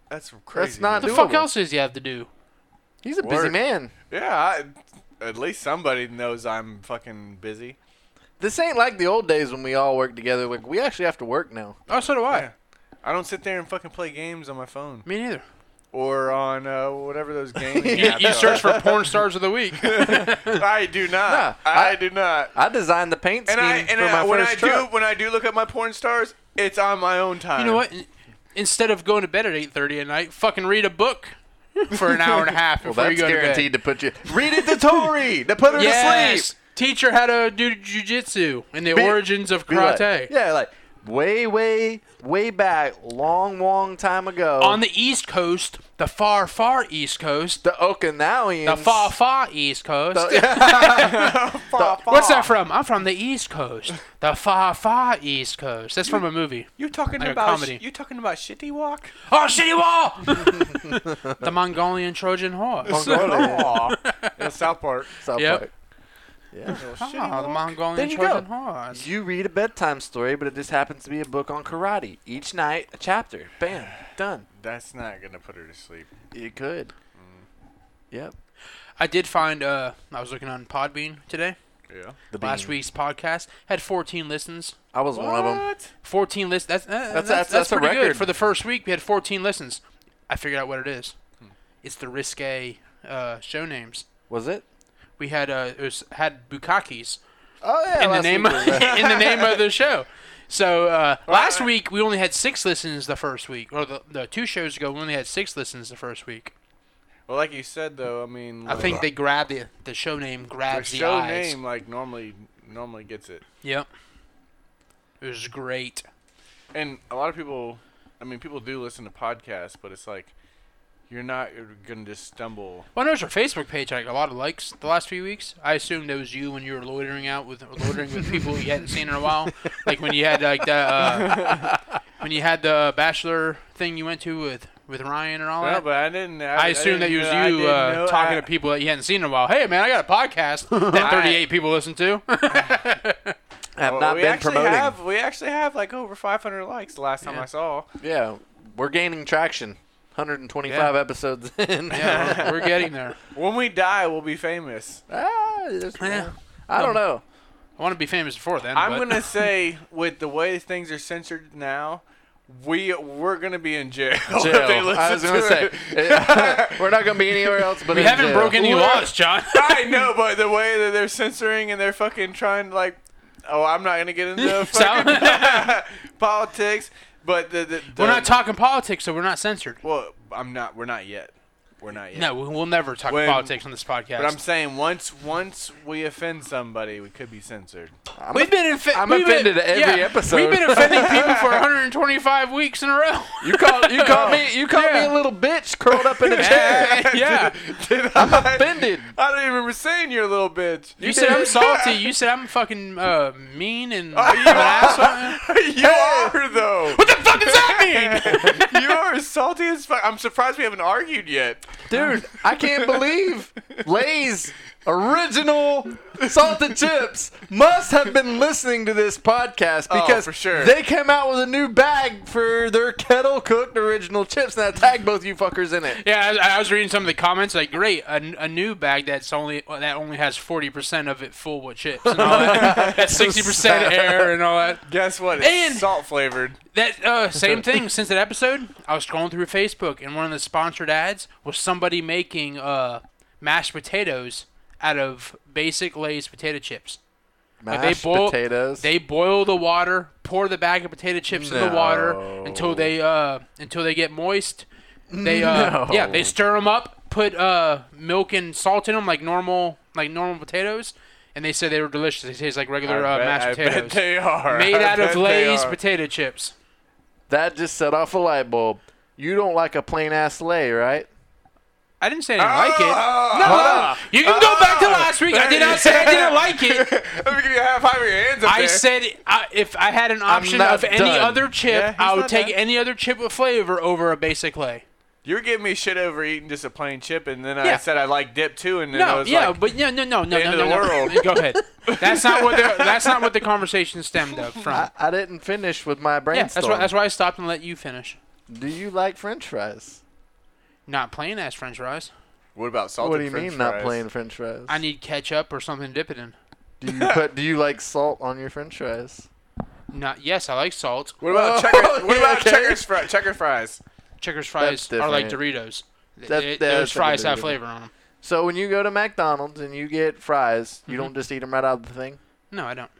Speaker 1: That's crazy.
Speaker 3: not-
Speaker 2: What the fuck
Speaker 3: doable.
Speaker 2: else does he have to do?
Speaker 3: He's a busy
Speaker 1: Work.
Speaker 3: man.
Speaker 1: Yeah. I, at least somebody knows I'm fucking busy.
Speaker 3: This ain't like the old days when we all worked together. Like we actually have to work now.
Speaker 2: Oh, so do I.
Speaker 1: I don't sit there and fucking play games on my phone
Speaker 2: Me neither.
Speaker 1: or on uh, whatever those games.
Speaker 2: You, you search for porn stars of the week.
Speaker 1: I do not.
Speaker 3: Nah,
Speaker 1: I,
Speaker 3: I-
Speaker 1: do not.
Speaker 3: I designed the paint scheme
Speaker 1: And I and
Speaker 3: for
Speaker 1: I,
Speaker 3: my
Speaker 1: when
Speaker 3: first
Speaker 1: I
Speaker 3: truck.
Speaker 1: do when I do look at my porn stars, it's on my own time.
Speaker 2: You know what? In- Instead of going to bed at 8:30 at night, fucking read a book for an hour and a half
Speaker 3: well,
Speaker 2: before
Speaker 3: that's
Speaker 2: you go
Speaker 3: guaranteed to, put you.
Speaker 1: Read it to Tori to put her
Speaker 2: to bed.
Speaker 1: to
Speaker 2: Yes.
Speaker 1: sleep.
Speaker 2: Teach her how to do jujitsu and the
Speaker 3: Be-
Speaker 2: origins of
Speaker 3: be like-
Speaker 2: karate.
Speaker 3: yeah, like way, way, way back, long, long time ago.
Speaker 2: On the East Coast, the far, far East Coast,
Speaker 3: the Okinawians.
Speaker 2: the far, far East Coast. What's that from? I'm from the East Coast, the far, far East Coast. That's from a movie.
Speaker 1: You talking
Speaker 2: Like a
Speaker 1: about
Speaker 2: comedy.
Speaker 1: you talking about shitty walk?
Speaker 2: Oh, shitty wall! the Mongolian Trojan horse.
Speaker 1: Aw. Yeah, South Park.
Speaker 3: South
Speaker 2: Yep.
Speaker 3: Park.
Speaker 2: Ah, the
Speaker 3: There
Speaker 2: Mongolian
Speaker 3: you
Speaker 2: Trojan
Speaker 3: go.
Speaker 2: horse.
Speaker 3: You read a bedtime story, but it just happens to be a book on karate. Each night, a chapter. Bam, done.
Speaker 1: That's not gonna put her to sleep.
Speaker 3: You could. Yep.
Speaker 2: I did find uh I was looking on Podbean today.
Speaker 1: Yeah.
Speaker 3: The
Speaker 2: Last
Speaker 3: bean.
Speaker 2: week's podcast had 14 listens.
Speaker 3: I was one of them.
Speaker 1: What?
Speaker 2: 14 listens. That's, uh, that's, that's,
Speaker 3: that's- that's a
Speaker 2: pretty good.
Speaker 3: record.
Speaker 2: For the first week, we had 14 listens. I figured out what it is.
Speaker 3: Hmm.
Speaker 2: It's the risque uh, show names.
Speaker 3: Was it?
Speaker 2: We had uh, it was, had Bukakis
Speaker 3: Oh yeah.
Speaker 2: in the
Speaker 3: last
Speaker 2: name
Speaker 3: week
Speaker 2: of,
Speaker 3: was that.
Speaker 2: in the name of the show. So uh, last
Speaker 1: right.
Speaker 2: week we only had six listens the first week, or the, the two shows ago we only had six listens the first week.
Speaker 1: Well, like you said though, I mean,
Speaker 2: I
Speaker 1: like,
Speaker 2: think they grabbed the the show name
Speaker 1: the
Speaker 2: grabs the,
Speaker 1: show
Speaker 2: eyes.
Speaker 1: name like normally normally gets it,
Speaker 2: Yep. It was great.
Speaker 1: and a lot of people, I mean, people do listen to podcasts, but it's like you're not gonna just stumble.
Speaker 2: Well, I noticed our Facebook page had a lot of likes the last few weeks. I assumed it was you when you were loitering out with loitering with people you hadn't seen in a while, like when you had like the uh, when you had the bachelor thing you went to with with Ryan and all
Speaker 1: No,
Speaker 2: that.
Speaker 1: but I didn't. I,
Speaker 2: I assumed that it
Speaker 1: didn't
Speaker 2: was
Speaker 1: know- I
Speaker 2: you
Speaker 1: didn't
Speaker 2: uh,
Speaker 1: know-
Speaker 2: talking
Speaker 1: I-
Speaker 2: to people that you hadn't seen in a while. Hey, man, I got a podcast that 38 people listen to.
Speaker 3: I have
Speaker 1: Well,
Speaker 3: not
Speaker 1: we
Speaker 3: been
Speaker 1: actually
Speaker 3: promoting.
Speaker 1: Have, we actually have like over 500 likes the last time
Speaker 2: Yeah.
Speaker 1: I saw.
Speaker 3: Yeah, we're gaining traction. 125
Speaker 2: Yeah.
Speaker 3: episodes in.
Speaker 2: yeah, we're, we're getting there.
Speaker 1: When we die, we'll be famous.
Speaker 3: Ah, there's-
Speaker 2: Yeah.
Speaker 3: I don't know.
Speaker 2: I want to be famous before then.
Speaker 1: I'm
Speaker 2: but-
Speaker 1: gonna say, with the way things are censored now, we we're gonna be in jail. if
Speaker 3: Jail.
Speaker 1: they listen
Speaker 3: I was gonna
Speaker 1: to
Speaker 3: say
Speaker 1: it.
Speaker 3: we're not gonna be anywhere else. But
Speaker 2: we
Speaker 3: in
Speaker 2: haven't
Speaker 3: jail.
Speaker 2: broken any
Speaker 1: We're-
Speaker 2: laws, John.
Speaker 1: I know, but the way that they're censoring and they're fucking trying to like, oh, I'm not gonna get into fucking politics. But the, the, the
Speaker 2: we're not talking politics, so we're not censored.
Speaker 1: Well, I'm not. We're not yet. We're not yet.
Speaker 2: No, we- we'll never talk
Speaker 1: When-
Speaker 2: politics on this podcast.
Speaker 1: But I'm saying once once we offend somebody, we could be censored.
Speaker 3: I'm
Speaker 2: We've been infe-
Speaker 3: I'm
Speaker 2: we've been-
Speaker 3: offended at every episode.
Speaker 2: We've been offending people for 125 weeks in a row.
Speaker 3: You called you called me you called me a little bitch curled up in a chair.
Speaker 2: yeah.
Speaker 1: Did I?
Speaker 3: offended.
Speaker 1: I don't even remember saying you're a little bitch.
Speaker 2: You said I'm salty. You said I'm fucking uh, mean and
Speaker 1: Oh,
Speaker 2: you an asshole.
Speaker 1: you are though.
Speaker 2: What the fuck does that mean?
Speaker 1: you are salty as fuck. I'm surprised we haven't argued yet.
Speaker 3: Dude, I can't believe Lay's original salted chips must have been listening to this podcast
Speaker 1: Oh,
Speaker 3: because
Speaker 1: for sure.
Speaker 3: they came out with a new bag for their kettle cooked original chips and I tagged both you fuckers in it.
Speaker 2: Yeah, I, I was reading some of the comments. Like, great, a, n- a new bag that's only that only has 40 percent of it full with chips and all that. that's 60 percent air and all that.
Speaker 1: Guess what? It's
Speaker 2: And-
Speaker 1: salt flavored.
Speaker 2: That uh, same thing since that episode. I was scrolling through Facebook, and one of the sponsored ads was somebody making uh, mashed potatoes out of basic Lay's potato chips. Like,
Speaker 3: Mashed
Speaker 2: boil-
Speaker 3: potatoes.
Speaker 2: They boil the water, pour the bag of potato chips in the water
Speaker 3: No.
Speaker 2: until they uh, until they get moist. They uh,
Speaker 3: No.
Speaker 2: yeah, they stir them up, put uh, milk and salt in them like normal like normal potatoes, and they said they were delicious. They taste like regular
Speaker 1: I
Speaker 2: uh,
Speaker 1: bet-
Speaker 2: mashed
Speaker 1: I bet
Speaker 2: potatoes
Speaker 1: they are.
Speaker 2: made
Speaker 1: I
Speaker 2: out
Speaker 1: bet
Speaker 2: of
Speaker 1: they
Speaker 2: Lay's
Speaker 1: are.
Speaker 2: potato chips.
Speaker 3: that just set off a light bulb. You don't like a plain ass lay, right?
Speaker 2: I didn't say I didn't like it.
Speaker 1: Oh,
Speaker 2: No,
Speaker 1: hold
Speaker 2: no,
Speaker 1: on.
Speaker 2: you can go back
Speaker 1: Ah.
Speaker 2: to last week. I did not say I didn't like it.
Speaker 1: Let me give you a high five with your hands up
Speaker 2: I
Speaker 1: there.
Speaker 2: said uh, if I had an option
Speaker 3: not
Speaker 2: of any
Speaker 3: done.
Speaker 2: other chip,
Speaker 1: Yeah, he's
Speaker 2: I
Speaker 1: not
Speaker 2: would take
Speaker 1: done.
Speaker 2: any other chip with flavor over a basic lay.
Speaker 1: you were giving me shit over eating just a plain chip, and then I
Speaker 2: Yeah.
Speaker 1: said I like dip too, and then I
Speaker 2: No,
Speaker 1: was
Speaker 2: yeah,
Speaker 1: like,
Speaker 2: but no, no, no, no,
Speaker 1: the
Speaker 2: no,
Speaker 1: end
Speaker 2: no,
Speaker 1: of
Speaker 2: no.
Speaker 1: the world.
Speaker 2: Go ahead. That's not what the that's not what the conversation stemmed up
Speaker 3: I,
Speaker 2: from.
Speaker 3: I didn't finish with my
Speaker 2: Yeah,
Speaker 3: brainstorm.
Speaker 2: that's why that's why I stopped and let you finish.
Speaker 3: Do you like French fries?
Speaker 2: Not plain ass French fries.
Speaker 1: what about salted
Speaker 3: what do you
Speaker 1: french
Speaker 3: mean not
Speaker 1: fries?
Speaker 3: playing French fries?
Speaker 2: I need ketchup or something to dip it in.
Speaker 3: do you put? Do you like salt on your French fries?
Speaker 2: Not yes, I like salt.
Speaker 1: What about
Speaker 3: Oh,
Speaker 1: checker? What
Speaker 3: yeah,
Speaker 1: about
Speaker 3: okay.
Speaker 1: checkers? Fri- checker fries.
Speaker 2: Checkers fries are like Doritos. Th-
Speaker 3: That-
Speaker 2: they-
Speaker 3: that's
Speaker 2: those fries
Speaker 3: something
Speaker 2: have
Speaker 3: different.
Speaker 2: flavor on them.
Speaker 3: So when you go to McDonald's and you get fries, you
Speaker 2: Mhm.
Speaker 3: don't just eat them right out of the thing.
Speaker 2: No, I don't.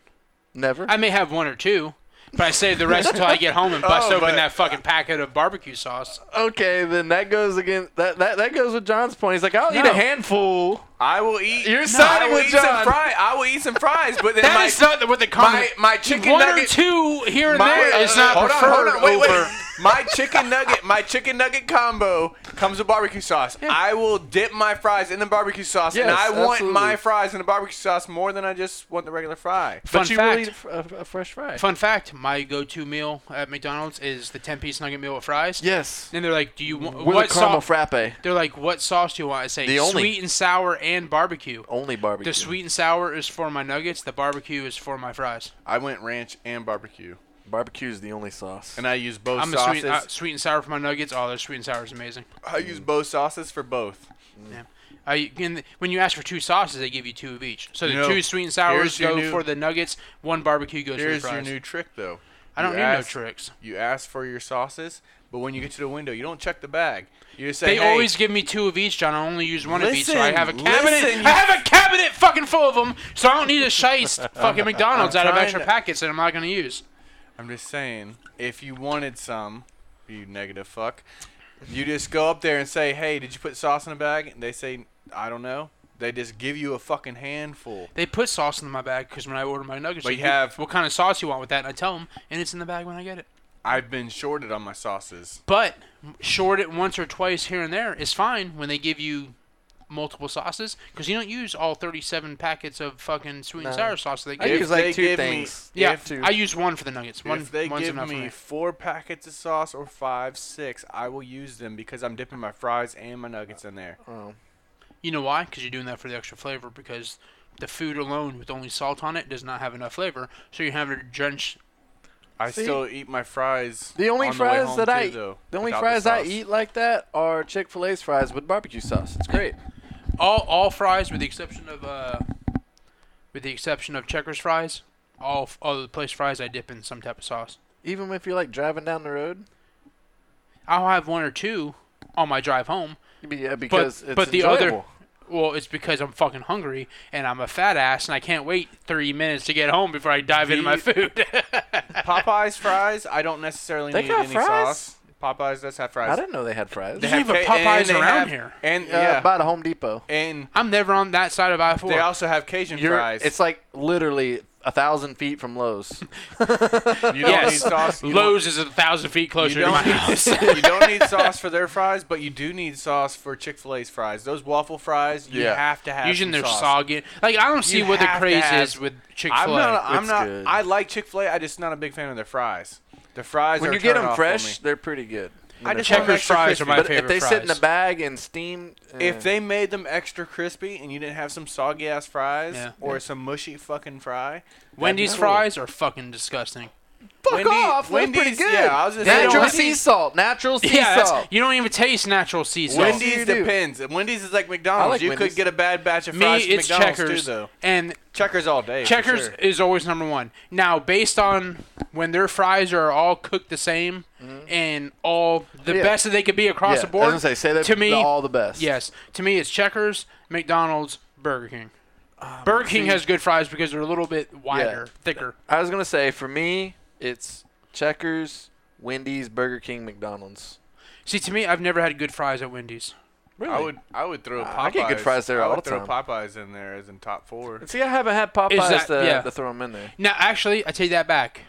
Speaker 3: Never.
Speaker 2: I may have one or two, but I save the rest until I get home and bust
Speaker 1: Oh,
Speaker 2: open
Speaker 1: but-
Speaker 2: that fucking packet of barbecue sauce.
Speaker 3: okay, then that goes again. That, that that goes with John's point. He's like, I'll eat
Speaker 2: No.
Speaker 3: a handful.
Speaker 1: I will eat.
Speaker 3: You're
Speaker 1: I
Speaker 3: siding
Speaker 1: will
Speaker 3: with
Speaker 1: eat
Speaker 3: John.
Speaker 1: some fries. I will eat some fries, but then
Speaker 2: That
Speaker 1: my,
Speaker 2: is not what the
Speaker 1: my
Speaker 2: comment.
Speaker 1: my chicken
Speaker 2: one
Speaker 1: nugget.
Speaker 2: or two here and
Speaker 1: my,
Speaker 2: there is
Speaker 1: uh,
Speaker 2: not
Speaker 1: hold on,
Speaker 2: preferred
Speaker 1: hold on, wait, wait.
Speaker 2: over.
Speaker 1: My chicken nugget, my chicken nugget combo comes with barbecue sauce. I will dip my fries in the barbecue sauce, and
Speaker 3: Yes,
Speaker 1: I want
Speaker 3: absolutely.
Speaker 1: my fries in the barbecue sauce more than I just want the regular fry.
Speaker 2: Fun
Speaker 3: but you
Speaker 2: fact.
Speaker 3: will eat a, fr- a, a fresh fry.
Speaker 2: Fun fact: My go-to meal at McDonald's is the ten-piece nugget meal with fries.
Speaker 3: Yes.
Speaker 2: And they're like, "Do you want
Speaker 3: With
Speaker 2: what
Speaker 3: a caramel
Speaker 2: sauce?"
Speaker 3: frappe.
Speaker 2: they're like, "What sauce do you want?" I say,
Speaker 3: The
Speaker 2: "Sweet
Speaker 3: only-
Speaker 2: and sour and barbecue."
Speaker 1: Oh,
Speaker 3: Only barbecue.
Speaker 2: The sweet and sour is for my nuggets. The barbecue is for my fries.
Speaker 1: I went ranch and barbecue,
Speaker 3: barbecue is the only sauce.
Speaker 1: and I use both
Speaker 2: I'm a
Speaker 1: sauces.
Speaker 2: sweet, uh, sweet and sour for my nuggets. Oh, their sweet and sour is amazing.
Speaker 1: I use both sauces for both.
Speaker 2: Yeah. I, and when Uh, you ask for two sauces, they give you two of each. So the
Speaker 1: No.
Speaker 2: two sweet and sours
Speaker 1: Here's your
Speaker 2: go
Speaker 1: new-
Speaker 2: for the nuggets. One barbecue goes
Speaker 1: Here's
Speaker 2: for the
Speaker 1: your
Speaker 2: fries.
Speaker 1: new trick, though.
Speaker 2: I don't
Speaker 1: You
Speaker 2: need
Speaker 1: ask-
Speaker 2: no tricks.
Speaker 1: You ask for your sauces, but when you get to the window, you don't check the bag. You just say,
Speaker 2: They
Speaker 1: hey,
Speaker 2: always give me two of each, John. I only use one of each, so I
Speaker 1: Listen,
Speaker 2: have a cabinet.
Speaker 1: listen, you-
Speaker 2: I have a cabinet fucking full of them, so I don't need a shiest fucking McDonald's out of
Speaker 1: trying
Speaker 2: extra
Speaker 1: to-
Speaker 2: packets that I'm not gonna use.
Speaker 1: I'm just saying, if you wanted some, you negative fuck, you just go up there and say, "Hey, did you put sauce in a bag?" And they say, "I don't know." They just give you a fucking handful.
Speaker 2: They put sauce in my bag because when I order my nuggets,
Speaker 1: But
Speaker 2: they
Speaker 1: you
Speaker 2: do-
Speaker 1: have-
Speaker 2: what kind of sauce you want with that, and I tell them, and it's in the bag when I get it.
Speaker 1: I've been shorted on my sauces.
Speaker 2: But short it once or twice here and there is fine when they give you multiple sauces because you don't use all 37 packets of fucking sweet and
Speaker 3: No.
Speaker 2: sour sauce that they
Speaker 3: I
Speaker 2: give.
Speaker 3: use like
Speaker 1: they
Speaker 3: two
Speaker 1: give me-
Speaker 3: things.
Speaker 2: yeah,
Speaker 1: if-
Speaker 3: two.
Speaker 2: I use one for the nuggets. One,
Speaker 1: if they
Speaker 2: one's
Speaker 1: give
Speaker 2: enough for
Speaker 1: me
Speaker 2: me.
Speaker 1: four packets of sauce or five, six, I will use them because I'm dipping my fries and my nuggets in there.
Speaker 3: Oh.
Speaker 2: You know why? Because you're doing that for the extra flavor. Because the food alone, with only salt on it, does not have enough flavor. So you have to drench.
Speaker 1: I
Speaker 3: See?
Speaker 1: still eat my fries.
Speaker 3: The only
Speaker 1: on
Speaker 3: fries
Speaker 1: way home
Speaker 3: that
Speaker 1: too,
Speaker 3: I
Speaker 1: though,
Speaker 3: the only
Speaker 1: without
Speaker 3: fries I
Speaker 1: sauce.
Speaker 3: eat like that are Chick Fil A's fries with barbecue sauce. It's great.
Speaker 2: All all fries, with the exception of uh, with the exception of Checkers fries, all f- all the place fries I dip in some type of sauce.
Speaker 3: Even if you're like driving down the road,
Speaker 2: I'll have one or two on my drive home.
Speaker 3: be- yeah, because it's
Speaker 2: but the other-
Speaker 3: enjoyable.
Speaker 2: Well, it's because I'm fucking hungry and I'm a fat ass and I can't wait 30 minutes to get home before I dive into my
Speaker 1: The-
Speaker 2: food.
Speaker 1: Popeyes fries. I don't necessarily
Speaker 3: They
Speaker 1: need
Speaker 3: got
Speaker 1: any
Speaker 3: fries?
Speaker 1: sauce. Popeyes does have fries.
Speaker 3: I didn't know they had fries.
Speaker 2: They have a
Speaker 1: ca-
Speaker 2: Popeyes
Speaker 1: they
Speaker 2: around
Speaker 1: have-
Speaker 2: here.
Speaker 1: and
Speaker 3: uh,
Speaker 1: yeah,
Speaker 3: by the Home Depot.
Speaker 1: and
Speaker 2: I'm never on that side of I-4.
Speaker 1: they also have Cajun
Speaker 3: You're,
Speaker 1: fries.
Speaker 3: It's like literally a thousand feet from Lowe's.
Speaker 1: you don't
Speaker 2: Yes.
Speaker 1: need sauce. You
Speaker 2: Lowe's is a thousand feet
Speaker 1: Don't,
Speaker 2: closer
Speaker 1: you,
Speaker 2: to my
Speaker 1: don't
Speaker 2: house.
Speaker 1: need, you don't need sauce for their fries, but you do need sauce for Chick Fil A's fries. Those waffle fries, you
Speaker 3: Yeah.
Speaker 1: have to have.
Speaker 2: Using
Speaker 1: some
Speaker 2: their
Speaker 1: sauce.
Speaker 2: soggy. Like I don't see
Speaker 1: You
Speaker 2: what the
Speaker 1: have to
Speaker 2: craze
Speaker 1: have-
Speaker 2: is with Chick
Speaker 1: I'm
Speaker 2: Fil
Speaker 1: not.
Speaker 2: A.
Speaker 1: I'm
Speaker 3: It's
Speaker 1: not.
Speaker 3: good.
Speaker 1: I like Chick Fil A. I just not a big fan of their fries. The fries
Speaker 3: when
Speaker 1: are
Speaker 3: you get
Speaker 1: turn
Speaker 3: them
Speaker 1: off for me.
Speaker 3: fresh, they're pretty good.
Speaker 1: I just want them
Speaker 2: Checkers
Speaker 1: extra
Speaker 2: fries are
Speaker 1: crispy.
Speaker 2: my
Speaker 3: but
Speaker 2: favorite
Speaker 3: if they sit in
Speaker 2: fries.
Speaker 3: a bag and steam, eh.
Speaker 1: If they made them extra crispy and you didn't have some soggy ass fries
Speaker 2: Yeah.
Speaker 1: or some mushy fucking fry,
Speaker 2: Wendy's
Speaker 1: cool.
Speaker 2: fries are fucking disgusting.
Speaker 3: fuck
Speaker 1: Wendy-
Speaker 3: off,
Speaker 1: Wendy's,
Speaker 3: that's pretty good.
Speaker 1: Yeah, I was just
Speaker 3: natural
Speaker 2: Wendy's-
Speaker 3: sea salt, natural sea
Speaker 2: yeah, that's-
Speaker 3: salt.
Speaker 2: you don't even taste natural sea salt.
Speaker 3: Wendy-
Speaker 1: Wendy's
Speaker 3: You do.
Speaker 1: depends. Wendy's is like McDonald's.
Speaker 3: I like
Speaker 1: you
Speaker 3: Wendy's.
Speaker 1: could get a bad batch of
Speaker 2: me,
Speaker 1: fries from
Speaker 2: it's
Speaker 1: McDonald's
Speaker 2: Checkers,
Speaker 1: too, though.
Speaker 2: and
Speaker 1: Checkers all day. for
Speaker 2: Checkers
Speaker 1: sure.
Speaker 2: is always number one. Now, based on when their fries are all cooked the same and all the
Speaker 3: Mm-hmm. Yeah.
Speaker 2: best that they could be across
Speaker 3: Yeah,
Speaker 2: the board,
Speaker 3: I was gonna say, say that
Speaker 2: to me,
Speaker 3: all the best.
Speaker 2: yes, to me it's Checkers, McDonald's, Burger King.
Speaker 3: Um,
Speaker 2: Burger King has good fries because they're a little bit wider, thicker.
Speaker 3: I was gonna say for me, it's Checkers, Wendy's, Burger King, McDonald's.
Speaker 2: See, to me, I've never had good fries at Wendy's.
Speaker 3: Really?
Speaker 1: I would Uh, I would throw Popeyes.
Speaker 3: I get good fries there
Speaker 1: I
Speaker 3: all
Speaker 1: would
Speaker 3: the
Speaker 1: throw
Speaker 3: time.
Speaker 1: Popeyes in there as in top four.
Speaker 3: See, I haven't had Popeyes
Speaker 2: Is that-
Speaker 3: uh, to,
Speaker 2: yeah.
Speaker 3: to throw them in there.
Speaker 2: Now, actually, I take that back.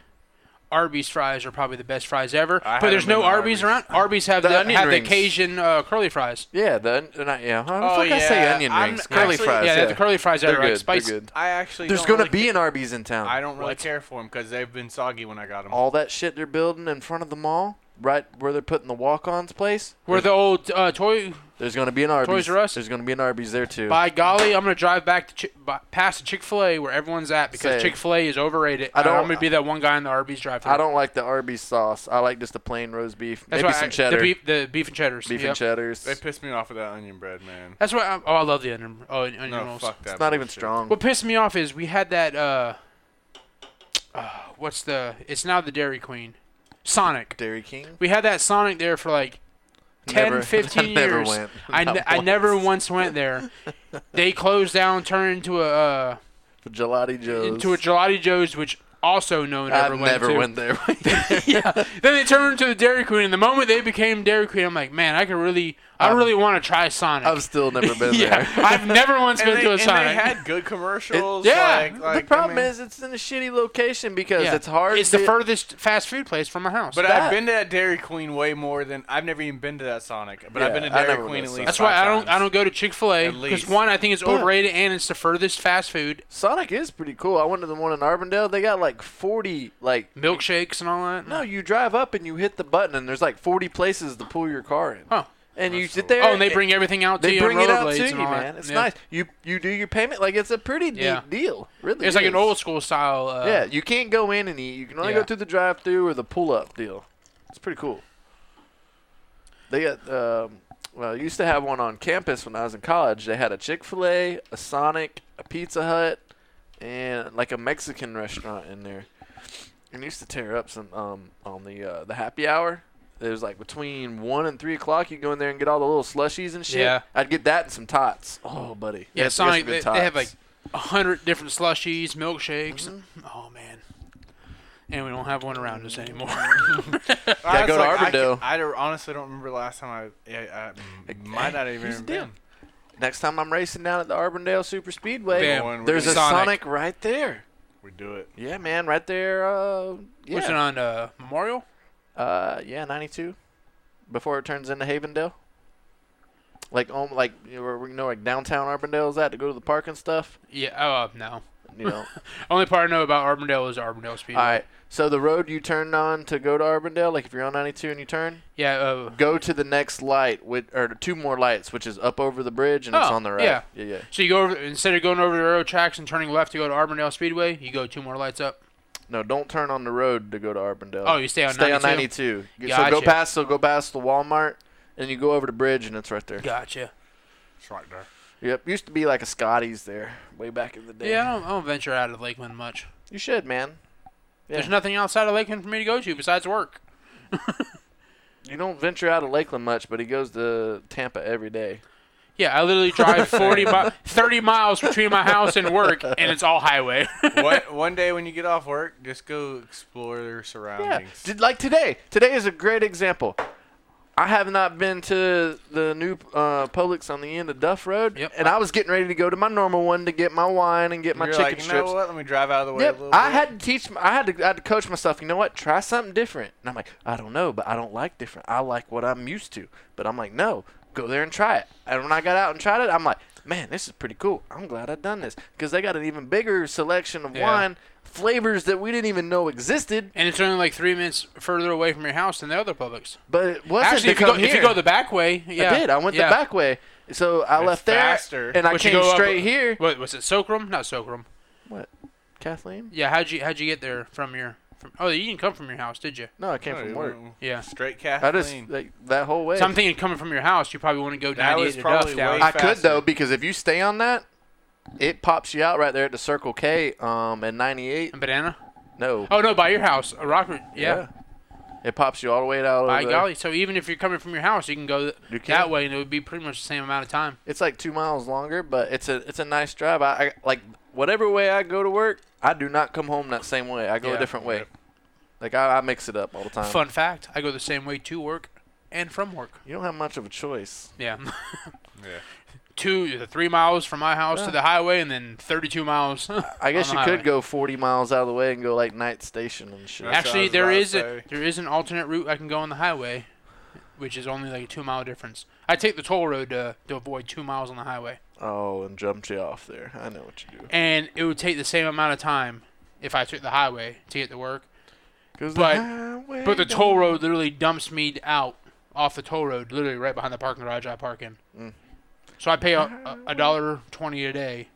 Speaker 2: Arby's fries are probably the best fries ever.
Speaker 1: I
Speaker 2: but there's
Speaker 1: haven't been
Speaker 2: no
Speaker 1: to Arby's.
Speaker 2: Arby's, around. Arby's have
Speaker 3: The
Speaker 2: the,
Speaker 3: onion
Speaker 2: have the
Speaker 3: rings.
Speaker 2: Cajun uh, curly fries.
Speaker 3: Yeah, the on- they're not, yeah. How the
Speaker 1: Oh,
Speaker 3: fuck I say
Speaker 1: yeah,
Speaker 3: onion
Speaker 1: I'm
Speaker 3: rings? Curly
Speaker 1: actually-
Speaker 3: fries.
Speaker 2: yeah, they
Speaker 3: Yeah,
Speaker 2: have the curly fries that
Speaker 3: they're
Speaker 2: are
Speaker 3: good.
Speaker 2: like
Speaker 3: they're
Speaker 2: spicy.
Speaker 3: good.
Speaker 1: I actually
Speaker 3: There's
Speaker 1: don't
Speaker 3: gonna
Speaker 1: really
Speaker 3: be an Arby's in town.
Speaker 1: I don't really
Speaker 2: What?
Speaker 1: care for them because they've been soggy when I got them.
Speaker 3: All that shit they're building in front of the mall, right where they're putting the walk-ons place.
Speaker 2: Where the old uh, toy.
Speaker 3: There's gonna be an Arby's.
Speaker 2: Toys R Us?
Speaker 3: There's gonna be an Arby's there too.
Speaker 2: By golly, I'm gonna drive back to Chi- by, past the Chick Fil A where everyone's at
Speaker 3: Same.
Speaker 2: because Chick Fil A is overrated.
Speaker 3: I
Speaker 2: I
Speaker 3: don't-
Speaker 2: don't, I'm gonna be that one guy in the Arby's drive.
Speaker 3: I don't like the Arby's sauce. I like just the plain roast beef, maybe some cheddar,
Speaker 2: The
Speaker 3: beef,
Speaker 2: beef, the beef and cheddars.
Speaker 3: and
Speaker 2: yep.
Speaker 3: cheddars.
Speaker 1: They pissed me off with that onion bread, man.
Speaker 2: That's why. I, oh, I love the onion. Oh, onion
Speaker 1: No,
Speaker 2: rolls.
Speaker 1: fuck that.
Speaker 3: It's not even
Speaker 1: bullshit.
Speaker 3: strong.
Speaker 2: What pissed me off is we had that. uh, uh What's the? It's now the Dairy Queen. Sonic.
Speaker 3: Dairy King.
Speaker 2: We had that Sonic there for like 10,
Speaker 3: Never-
Speaker 2: 15
Speaker 3: I
Speaker 2: years.
Speaker 3: never went.
Speaker 2: I,
Speaker 3: Not
Speaker 2: ne- I
Speaker 3: once.
Speaker 2: never once went there. they closed down, turned into a uh,
Speaker 3: Gelati Joe's.
Speaker 2: into a Gelati Joe's, which also no one
Speaker 3: I
Speaker 2: ever went
Speaker 3: never
Speaker 2: to.
Speaker 3: went there.
Speaker 2: yeah. Then they turned into the Dairy Queen, and the moment they became Dairy Queen, I'm like, man, I could really, I
Speaker 3: I've-
Speaker 2: really want to try Sonic.
Speaker 3: I've still never been
Speaker 2: yeah,
Speaker 3: there.
Speaker 2: I've never once
Speaker 1: And
Speaker 2: been
Speaker 1: they,
Speaker 2: to a
Speaker 1: and
Speaker 2: Sonic.
Speaker 1: they had good commercials.
Speaker 2: yeah,
Speaker 1: like, like,
Speaker 3: the problem
Speaker 1: I mean-
Speaker 3: is it's in a shitty location because
Speaker 2: Yeah.
Speaker 3: it's hard.
Speaker 2: It's
Speaker 3: to,
Speaker 2: the furthest fast food place from my house.
Speaker 1: But
Speaker 2: But
Speaker 3: that.
Speaker 1: I've been to that Dairy Queen way more than I've never even been to that Sonic. But I've
Speaker 3: Yeah,
Speaker 1: been to
Speaker 3: I
Speaker 1: Dairy
Speaker 3: never
Speaker 1: Queen
Speaker 3: went
Speaker 1: at
Speaker 3: to
Speaker 1: least.
Speaker 2: that's why
Speaker 1: five
Speaker 2: I don't,
Speaker 1: times.
Speaker 2: I don't go to Chick Fil A
Speaker 1: At
Speaker 2: because
Speaker 1: least.
Speaker 2: one, I think it's
Speaker 3: But-
Speaker 2: overrated and it's the furthest fast food
Speaker 3: Sonic is pretty cool. I went to the one in Arbondale. They got like 40 like
Speaker 2: milkshakes and all that.
Speaker 3: no, you drive up and you hit the button and there's like 40 places to pull your car in.
Speaker 2: Huh.
Speaker 3: And you
Speaker 1: That's
Speaker 3: sit
Speaker 1: cool.
Speaker 3: there.
Speaker 2: Oh, and they bring everything out to
Speaker 3: they
Speaker 2: you.
Speaker 3: bring
Speaker 2: and
Speaker 3: it out
Speaker 2: rollerblades
Speaker 3: to you,
Speaker 2: and all that.
Speaker 3: man. It's
Speaker 2: Yeah.
Speaker 3: nice. You you do your payment like it's a pretty neat
Speaker 2: Yeah.
Speaker 3: deal. Really,
Speaker 2: It's like
Speaker 3: is.
Speaker 2: an old school style. Uh,
Speaker 3: yeah, you can't go in and eat. You can only go
Speaker 2: Yeah.
Speaker 3: through the drive-through or the pull-up deal. It's pretty cool. They got um, well, I used to have one on campus when I was in college. They had a Chick-fil-A, a Sonic, a Pizza Hut, and like a Mexican restaurant in there. And used to tear up some um on the uh, the happy hour. It was like between one and three o'clock. You go in there and get all the little slushies and shit.
Speaker 2: Yeah.
Speaker 3: I'd get that and some tots. Oh, buddy.
Speaker 2: Yeah,
Speaker 3: Yes,
Speaker 2: Sonic. They,
Speaker 3: yes, good
Speaker 2: they have like
Speaker 3: tots.
Speaker 2: a hundred different slushies, milkshakes.
Speaker 3: Mm-hmm.
Speaker 2: Oh man. And we don't have one around us anymore.
Speaker 1: I was
Speaker 3: go to
Speaker 1: like, I
Speaker 3: Arbordale.
Speaker 1: can- I, don't- honestly don't remember last time I, I, I might not have
Speaker 3: here's
Speaker 1: even
Speaker 3: the deal.
Speaker 1: been.
Speaker 3: Next time I'm racing down at the Arbondale Super Speedway,
Speaker 2: Bam.
Speaker 1: Going with
Speaker 3: there's a
Speaker 1: it.
Speaker 3: Sonic.
Speaker 2: Sonic.
Speaker 3: right there.
Speaker 1: We do it.
Speaker 3: Yeah, man, right there. Uh, yeah,
Speaker 2: Was it on uh, Memorial?
Speaker 3: uh, yeah, 92. Before it turns into Havendale. Like, um, like you know, where we know like downtown Arbondale is at to go to the park and stuff.
Speaker 2: Yeah. Oh uh, no.
Speaker 3: You know.
Speaker 2: Only part I know about Arbondale is Arbondale Speed.
Speaker 3: All right. So the road you turned on to go to Arbondale, like if you're on 92 and you turn,
Speaker 2: Yeah. Uh,
Speaker 3: go to the next light with or two more lights, which is up over the bridge and it's
Speaker 2: Oh,
Speaker 3: on the right.
Speaker 2: yeah.
Speaker 3: yeah, yeah.
Speaker 2: so you go over instead of going over the railroad tracks and turning left to go to Arbondale Speedway, you go two more lights up.
Speaker 3: No, don't turn on the road to go to Arbondale.
Speaker 2: Oh, you stay on
Speaker 3: Stay
Speaker 2: 92?
Speaker 3: on 92. You- So go
Speaker 2: Gotcha.
Speaker 3: past, so go past the Walmart, and you go over the bridge, and it's right there.
Speaker 2: Gotcha.
Speaker 1: It's right there.
Speaker 3: Yep. Used to be like a Scotty's there way back in the day.
Speaker 2: Yeah, I don't, I don't venture out of Lakeland much.
Speaker 3: You should, man. Yeah.
Speaker 2: There's nothing outside of Lakeland for me to go to besides work.
Speaker 3: You don't venture out of Lakeland much, but he goes to Tampa every day.
Speaker 2: Yeah, I literally drive 40 mi- 30 miles between my house and work, and it's all highway.
Speaker 1: What, one day when you get off work, just go explore your
Speaker 3: Yeah.
Speaker 1: surroundings.
Speaker 3: Did, like today. Today is a great example. I have not been to the new uh, Publix on the end of Duff Road,
Speaker 2: Yep.
Speaker 3: and I was getting ready to go to my normal one to get my wine and get my
Speaker 1: You're
Speaker 3: chicken
Speaker 1: like, you
Speaker 3: strips.
Speaker 1: know what? Let me drive out of the way a
Speaker 3: Yep.
Speaker 1: little
Speaker 3: I
Speaker 1: bit."
Speaker 3: had to teach. I had to. I had to coach myself. You know what? Try something different. And I'm like, I don't know, but I don't like different. I like what I'm used to. But I'm like, no, go there and try it. And when I got out and tried it, I'm like, man, this is pretty cool. I'm glad I done this because they got an even bigger selection of
Speaker 2: Yeah.
Speaker 3: wine flavors that we didn't even know existed.
Speaker 2: and it's only like three minutes further away from your house than the other Publix.
Speaker 3: But it wasn't
Speaker 2: Actually,
Speaker 3: to
Speaker 2: if you, go,
Speaker 3: come
Speaker 2: if you
Speaker 3: here.
Speaker 2: go the back way, yeah.
Speaker 3: I did. I went
Speaker 2: yeah.
Speaker 3: the back way. So I
Speaker 1: It's
Speaker 3: left there
Speaker 1: faster.
Speaker 3: and I
Speaker 2: But you
Speaker 3: came
Speaker 2: go up-
Speaker 3: straight here.
Speaker 2: What was it? Socrum? Not Socrum.
Speaker 3: What? Kathleen?
Speaker 2: Yeah. How'd you How'd you get there from your? From, oh, you didn't come from your house, did you?
Speaker 3: No, I came
Speaker 1: Oh,
Speaker 3: from
Speaker 1: you
Speaker 3: work.
Speaker 1: went
Speaker 2: Yeah.
Speaker 1: Straight
Speaker 3: I just
Speaker 1: Kathleen.
Speaker 3: like, that whole way.
Speaker 2: So I'm thinking coming from your house, you probably want to go
Speaker 1: That was
Speaker 2: 98 to Duff
Speaker 1: probably
Speaker 2: down.
Speaker 1: way-
Speaker 3: I could
Speaker 1: faster.
Speaker 3: though because if you stay on that, it pops you out right there at the Circle K um at 98.
Speaker 2: And banana?
Speaker 3: No.
Speaker 2: Oh no, by your house, a Rockford. Yeah.
Speaker 3: It pops you all the way out.
Speaker 2: By
Speaker 3: over-
Speaker 2: golly. So even if you're coming from your house, you can go th-
Speaker 3: You can.
Speaker 2: that way, and it would be pretty much the same amount of time.
Speaker 3: It's like two miles longer, but it's a it's a nice drive. I, I like whatever way I go to work, I do not come home that same way. I go a
Speaker 2: Yeah.
Speaker 3: different way. Like I, I mix it up all the time.
Speaker 2: Fun fact: I go the same way to work and from work.
Speaker 3: You don't have much of a choice.
Speaker 2: Yeah.
Speaker 1: Yeah.
Speaker 2: two, the three miles from my house to the highway, and then 32 miles.
Speaker 3: I guess
Speaker 2: on
Speaker 3: you
Speaker 2: the
Speaker 3: could
Speaker 2: highway.
Speaker 3: go 40 miles out of the way and go like night station and shit.
Speaker 1: That's what I
Speaker 2: Actually,
Speaker 1: was
Speaker 2: there
Speaker 1: about to
Speaker 2: is a,
Speaker 1: say.
Speaker 2: there is an alternate route I can go on the highway, which is only like a two mile difference. I take the toll road to, to avoid two miles on the highway,
Speaker 3: Oh, and jumps you off there. I know what you do.
Speaker 2: and it would take the same amount of time if I took the highway to get to work.
Speaker 3: 'Cause
Speaker 2: But-
Speaker 3: highway
Speaker 2: But the
Speaker 3: don't-
Speaker 2: toll road literally dumps me out off the toll road, literally right behind the parking garage I park in.
Speaker 3: Mm.
Speaker 2: So I pay a- a, a dollar twenty a day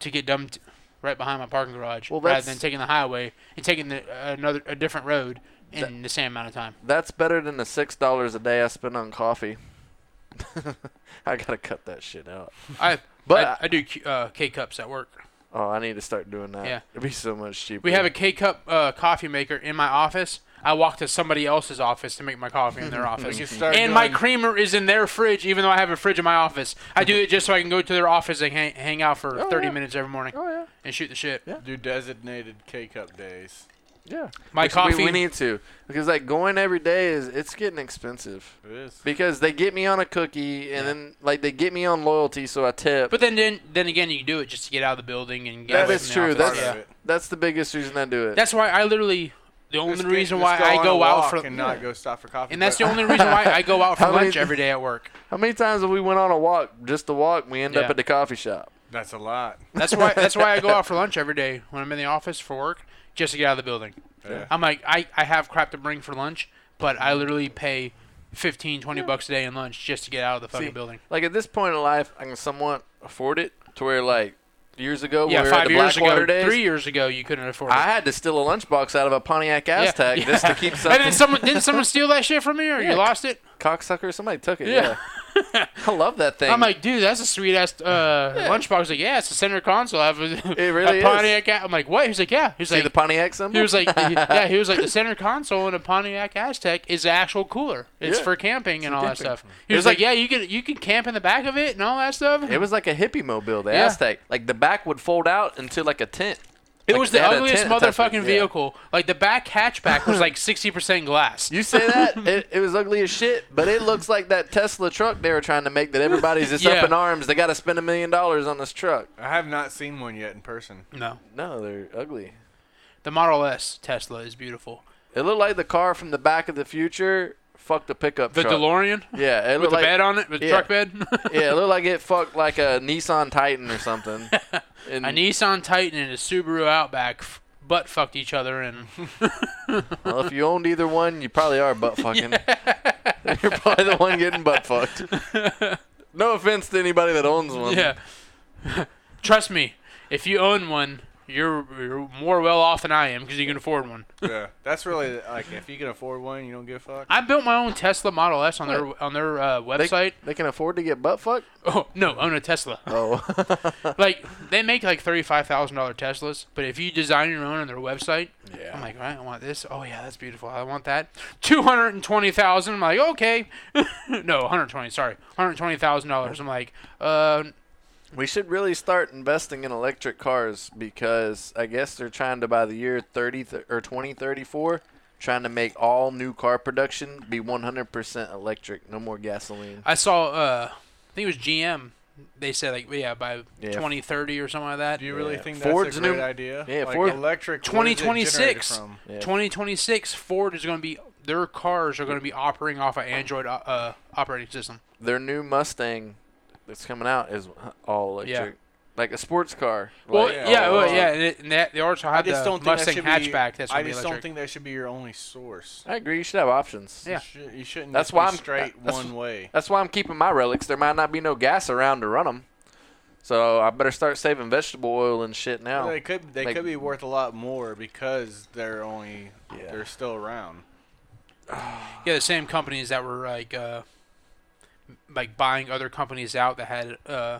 Speaker 2: to get dumped right behind my parking garage,
Speaker 3: Well,
Speaker 2: rather
Speaker 3: that's-
Speaker 2: than taking the highway and taking the, another a different road in the same amount of time.
Speaker 3: That's better than the six dollars a day I spend on coffee. I gotta cut that shit out.
Speaker 2: I
Speaker 3: But-
Speaker 2: but I, I do Q- uh, K cups at work.
Speaker 3: Oh, I need to start doing that.
Speaker 2: Yeah.
Speaker 3: It'd be so much cheaper.
Speaker 2: We have a K cup uh, coffee maker in my office. I walk to somebody else's office to make my coffee in their office.
Speaker 1: could start
Speaker 2: and my
Speaker 1: doing-
Speaker 2: creamer is in their fridge, even though I have a fridge in my office. I do it just so I can go to their office and hang, hang out for 30
Speaker 3: yeah.
Speaker 2: minutes every morning
Speaker 3: Oh yeah,
Speaker 2: and shoot the shit.
Speaker 3: Yeah.
Speaker 1: Do designated K cup days.
Speaker 3: yeah.
Speaker 2: My
Speaker 3: Which we-
Speaker 2: coffee.
Speaker 3: We, need to because like going every day is it's getting expensive
Speaker 1: It is.
Speaker 3: because they get me on a cookie and then like they get me on loyalty, so I tip.
Speaker 2: but then, then then again, you do it just to get out of the building and get
Speaker 3: That
Speaker 2: away
Speaker 3: is
Speaker 2: from the
Speaker 3: true.
Speaker 2: office.
Speaker 3: That's-
Speaker 2: yeah.
Speaker 1: it.
Speaker 3: that's the biggest reason I do it.
Speaker 2: That's why I literally the only
Speaker 1: Just
Speaker 2: reason
Speaker 1: get-
Speaker 2: why
Speaker 1: just
Speaker 2: I
Speaker 1: on
Speaker 2: go
Speaker 1: a
Speaker 2: out
Speaker 1: walk
Speaker 2: for
Speaker 1: and not go stop for coffee.
Speaker 2: and that's the
Speaker 1: but-
Speaker 2: only reason why I go out for
Speaker 3: How many-
Speaker 2: lunch every day at work.
Speaker 3: How many times have we went on a walk just to walk? and We end up
Speaker 2: Yeah.
Speaker 3: at the coffee shop.
Speaker 1: That's a lot.
Speaker 2: That's why. That's why I go out for lunch every day when I'm in the office for work, just to get out of the building.
Speaker 1: Yeah.
Speaker 2: I'm like, I, I have crap to bring for lunch, but I literally pay 15, 20 bucks a day in lunch just to get out of the fucking
Speaker 3: See,
Speaker 2: building.
Speaker 3: Like at this point in life, I can somewhat afford it. To where like years ago,
Speaker 2: Yeah,
Speaker 3: when we were at
Speaker 2: five
Speaker 3: the
Speaker 2: years
Speaker 3: Blackwater
Speaker 2: ago,
Speaker 3: days,
Speaker 2: three years ago, you couldn't afford it.
Speaker 3: I had to steal a lunchbox out of a Pontiac Aztec
Speaker 2: Yeah.
Speaker 3: just to keep
Speaker 2: and
Speaker 3: something.
Speaker 2: then someone didn't someone steal that shit from me, or
Speaker 3: Yeah.
Speaker 2: you lost it?
Speaker 3: cocksucker, somebody took it. Yeah, I love that thing.
Speaker 2: I'm like, dude, that's a sweet ass uh, lunchbox. Like, yeah, it's a center console. I have a,
Speaker 3: really
Speaker 2: a
Speaker 3: is.
Speaker 2: Pontiac. A- I'm like, what? He's like, yeah. He's
Speaker 3: see
Speaker 2: like,
Speaker 3: the Pontiac symbol.
Speaker 2: He was like, yeah, he was like, the center console in a Pontiac Aztec is the actual cooler.
Speaker 3: Yeah.
Speaker 2: It's
Speaker 3: Mm-hmm.
Speaker 2: for camping and all that stuff. He
Speaker 3: It
Speaker 2: was,
Speaker 3: was
Speaker 2: like,
Speaker 3: like-
Speaker 2: yeah, you can you can camp in the back of it and all that stuff.
Speaker 3: it was like a hippie mobile, the
Speaker 2: Yeah.
Speaker 3: Aztec. Like the back would fold out into like a tent.
Speaker 2: It
Speaker 3: like
Speaker 2: was
Speaker 3: they
Speaker 2: the
Speaker 3: had a
Speaker 2: ugliest
Speaker 3: tent type of-
Speaker 2: motherfucking
Speaker 3: yeah.
Speaker 2: vehicle. Like the back hatchback was like sixty percent glass.
Speaker 3: You say that it, it was ugly as shit, but it looks like that Tesla truck they were trying to make that everybody's just up
Speaker 2: Yeah.
Speaker 3: in arms. They got to spend a million dollars on this truck.
Speaker 1: I have not seen one yet in person.
Speaker 2: no,
Speaker 3: No, they're ugly.
Speaker 2: the Model S Tesla is beautiful.
Speaker 3: It looked like the car from the back of the future fucked a pickup
Speaker 2: The
Speaker 3: truck.
Speaker 2: DeLorean
Speaker 3: yeah, it looked
Speaker 2: with the
Speaker 3: like
Speaker 2: bed on it, with the
Speaker 3: yeah.
Speaker 2: truck bed.
Speaker 3: yeah, it looked like it fucked like a Nissan Titan or something. And
Speaker 2: a Nissan Titan and a Subaru Outback f- butt fucked each other and
Speaker 3: well, if you owned either one, you probably are butt fucking. You're probably the one getting butt fucked. No offense to anybody that owns one.
Speaker 2: Yeah. Trust me, if you own one, you're, you're more well off than I am because you can afford one.
Speaker 1: Yeah, that's really like if you can afford one, you don't give a fuck.
Speaker 2: I built my own Tesla Model S on their on their uh,
Speaker 3: They,
Speaker 2: website.
Speaker 3: they can afford to get butt fucked.
Speaker 2: Oh no, own a Tesla.
Speaker 3: Oh,
Speaker 2: like they make like thirty five thousand dollar Teslas, but if you design your own on their website, I'm like, right, I want this. Oh yeah, that's beautiful. I want that. Two hundred and twenty thousand. I'm like, okay, no, one hundred twenty. Sorry, one hundred twenty thousand dollars. I'm like, uh,
Speaker 3: we should really start investing in electric cars because I guess they're trying to by the year thirty th- or twenty thirty four. Trying to make all new car production be 100% electric, no more gasoline.
Speaker 2: I saw. Uh, I think it was GM. They said like, yeah, by
Speaker 3: Yeah.
Speaker 2: twenty thirty or something like that.
Speaker 1: Do you really
Speaker 3: Yeah.
Speaker 1: think that's
Speaker 3: Ford's
Speaker 1: a great
Speaker 3: new-
Speaker 1: idea?
Speaker 3: Yeah,
Speaker 1: like
Speaker 3: Ford-
Speaker 1: electric. where is it generated
Speaker 2: 2026.
Speaker 1: from?
Speaker 3: Yeah.
Speaker 2: 2026, Ford is going to be their cars are going to be operating off an Android uh, uh, operating system.
Speaker 3: their new Mustang that's coming out is all electric, like a sports car.
Speaker 2: Well,
Speaker 1: Like,
Speaker 2: yeah, yeah,
Speaker 1: uh,
Speaker 2: well, yeah, and it- and that, they also
Speaker 1: I
Speaker 2: have
Speaker 1: just
Speaker 2: the
Speaker 1: don't think
Speaker 2: Mustang
Speaker 1: that should
Speaker 2: hatchback
Speaker 1: Be,
Speaker 2: that's
Speaker 1: I
Speaker 2: going to be
Speaker 1: just
Speaker 2: electric.
Speaker 1: don't think that should be your only source.
Speaker 3: I agree. You should have options.
Speaker 2: Yeah.
Speaker 1: You, should, you shouldn't.
Speaker 3: That's
Speaker 1: just
Speaker 3: why
Speaker 1: be
Speaker 3: I'm-
Speaker 1: straight
Speaker 3: that's-
Speaker 1: one way.
Speaker 3: That's why I'm keeping my relics. There might not be no gas around to run them, so I better start saving vegetable oil and shit now.
Speaker 1: They could they
Speaker 3: Like-
Speaker 1: could be worth a lot more because they're only
Speaker 3: Yeah.
Speaker 1: they're still around.
Speaker 2: yeah, the same companies that were like uh, like buying other companies out that had uh,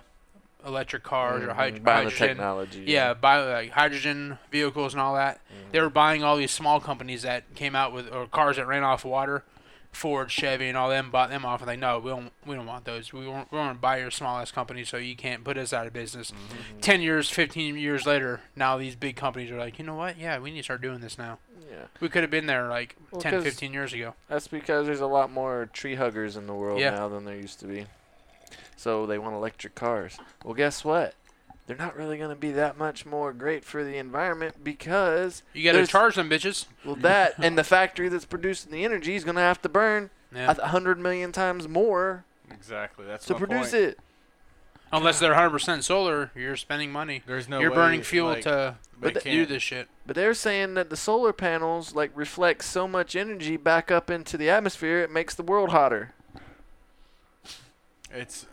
Speaker 2: electric cars
Speaker 1: Mm,
Speaker 2: or hyd-
Speaker 3: Buying the
Speaker 2: hydrogen.
Speaker 3: technology.
Speaker 2: Yeah, buy like hydrogen vehicles and all that.
Speaker 1: Mm-hmm.
Speaker 2: They were buying all these small companies that came out with or cars that ran off water, Ford, Chevy, and all them bought them off, and they no, we don't we don't want those. We want we want to buy your smallest company, so you can't put us out of business.
Speaker 1: Mm-hmm.
Speaker 2: Ten years, fifteen years later, now these big companies are like, you know what? Yeah, we need to start doing this now.
Speaker 3: Yeah.
Speaker 2: We could have been there like
Speaker 3: Well,
Speaker 2: ten, fifteen 10,
Speaker 3: 'cause-
Speaker 2: 15 years ago.
Speaker 3: That's because there's a lot more tree huggers in the world
Speaker 2: Yeah.
Speaker 3: now than there used to be. So they want electric cars. Well, guess what? They're not really going to be that much more great for the environment because
Speaker 2: You gotta
Speaker 3: there's-
Speaker 2: charge them bitches.
Speaker 3: well that and the factory that's producing the energy is going to have to burn
Speaker 2: Yeah.
Speaker 3: a hundred million times more
Speaker 1: Exactly. That's
Speaker 3: to
Speaker 1: my
Speaker 3: produce
Speaker 1: point.
Speaker 3: it.
Speaker 2: Unless they're 100% solar, you're spending money.
Speaker 1: There's no.
Speaker 2: you're
Speaker 1: way,
Speaker 2: burning fuel
Speaker 1: like,
Speaker 2: to
Speaker 1: they
Speaker 2: do
Speaker 1: can't.
Speaker 2: this shit.
Speaker 3: But they're saying that the solar panels like reflect so much energy back up into the atmosphere it makes the world hotter.
Speaker 1: It's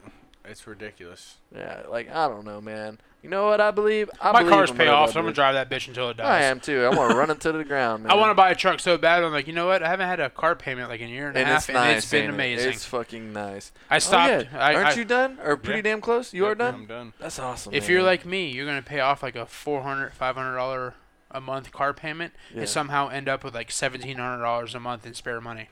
Speaker 1: it's ridiculous.
Speaker 3: Yeah, like I don't know, man. You know what I believe? I
Speaker 2: My
Speaker 3: believe
Speaker 2: car's
Speaker 3: in
Speaker 2: pay
Speaker 3: what
Speaker 2: off,
Speaker 3: I
Speaker 2: so I'm gonna
Speaker 3: believe.
Speaker 2: drive that bitch until it dies.
Speaker 3: I am too. I want to run it to the ground, man.
Speaker 2: I want to buy a truck so bad. I'm like, you know what? I haven't had a car payment like in a year and,
Speaker 3: and
Speaker 2: a half,
Speaker 3: it's nice.
Speaker 2: and it's been
Speaker 3: ain't it?
Speaker 2: amazing.
Speaker 3: It's fucking nice.
Speaker 2: I stopped.
Speaker 3: Oh, yeah.
Speaker 2: I,
Speaker 3: Aren't
Speaker 2: I-
Speaker 3: you done? Or pretty
Speaker 1: Yeah.
Speaker 3: damn close? You
Speaker 1: Yep,
Speaker 3: are done.
Speaker 1: I'm done.
Speaker 3: That's awesome.
Speaker 2: If you're
Speaker 3: man.
Speaker 2: like me, you're gonna pay off like a 400 dollar a month car payment
Speaker 3: Yeah.
Speaker 2: and somehow end up with like seventeen hundred dollars a month in spare money.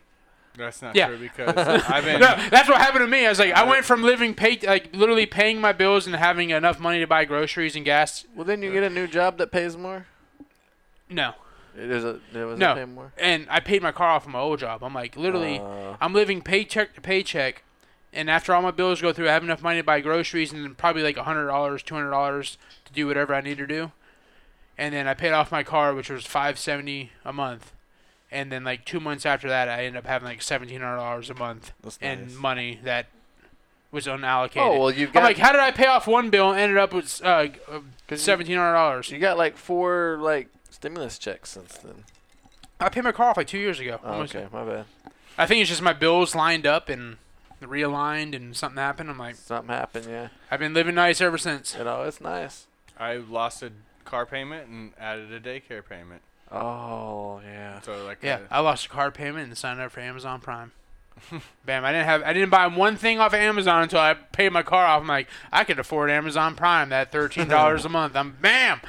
Speaker 1: That's not
Speaker 2: Yeah.
Speaker 1: true because I've been.
Speaker 2: No, that's what happened to me. I was like, I went from living paid, like literally paying my bills and having enough money to buy groceries and gas.
Speaker 3: well, then you get a new job that pays more.
Speaker 2: No,
Speaker 3: There's a there was
Speaker 2: No.
Speaker 3: a pay more.
Speaker 2: and I paid my car off of my old job. I'm like, literally,
Speaker 3: Uh,
Speaker 2: I'm living paycheck to paycheck, and after all my bills go through, I have enough money to buy groceries and probably like hundred dollars, two hundred dollars to do whatever I need to do, and then I paid off my car, which was five seventy a month, and then like two months after that, I ended up having like seventeen hundred dollars a month
Speaker 3: that's nice.
Speaker 2: in money that was unallocated.
Speaker 3: oh well, you've
Speaker 2: I'm
Speaker 3: got
Speaker 2: like, how did I pay off one bill and ended up with uh, seventeen hundred dollars?
Speaker 3: you got like four like stimulus checks since then.
Speaker 2: I paid my car off like two years ago.
Speaker 3: Oh,
Speaker 2: almost.
Speaker 3: okay, my bad.
Speaker 2: I think it's just my bills lined up and realigned, and something happened. I'm like,
Speaker 3: Something happened. Yeah,
Speaker 2: I've been living nice ever since.
Speaker 3: you know it's nice.
Speaker 1: I lost a car payment and added a daycare payment.
Speaker 3: Oh yeah.
Speaker 1: So like uh,
Speaker 2: Yeah, I lost a car payment and signed up for Amazon Prime. Bam! I didn't have I didn't buy one thing off of Amazon until I paid my car off. I'm like, I could afford Amazon Prime. That thirteen dollars a month. I'm bam.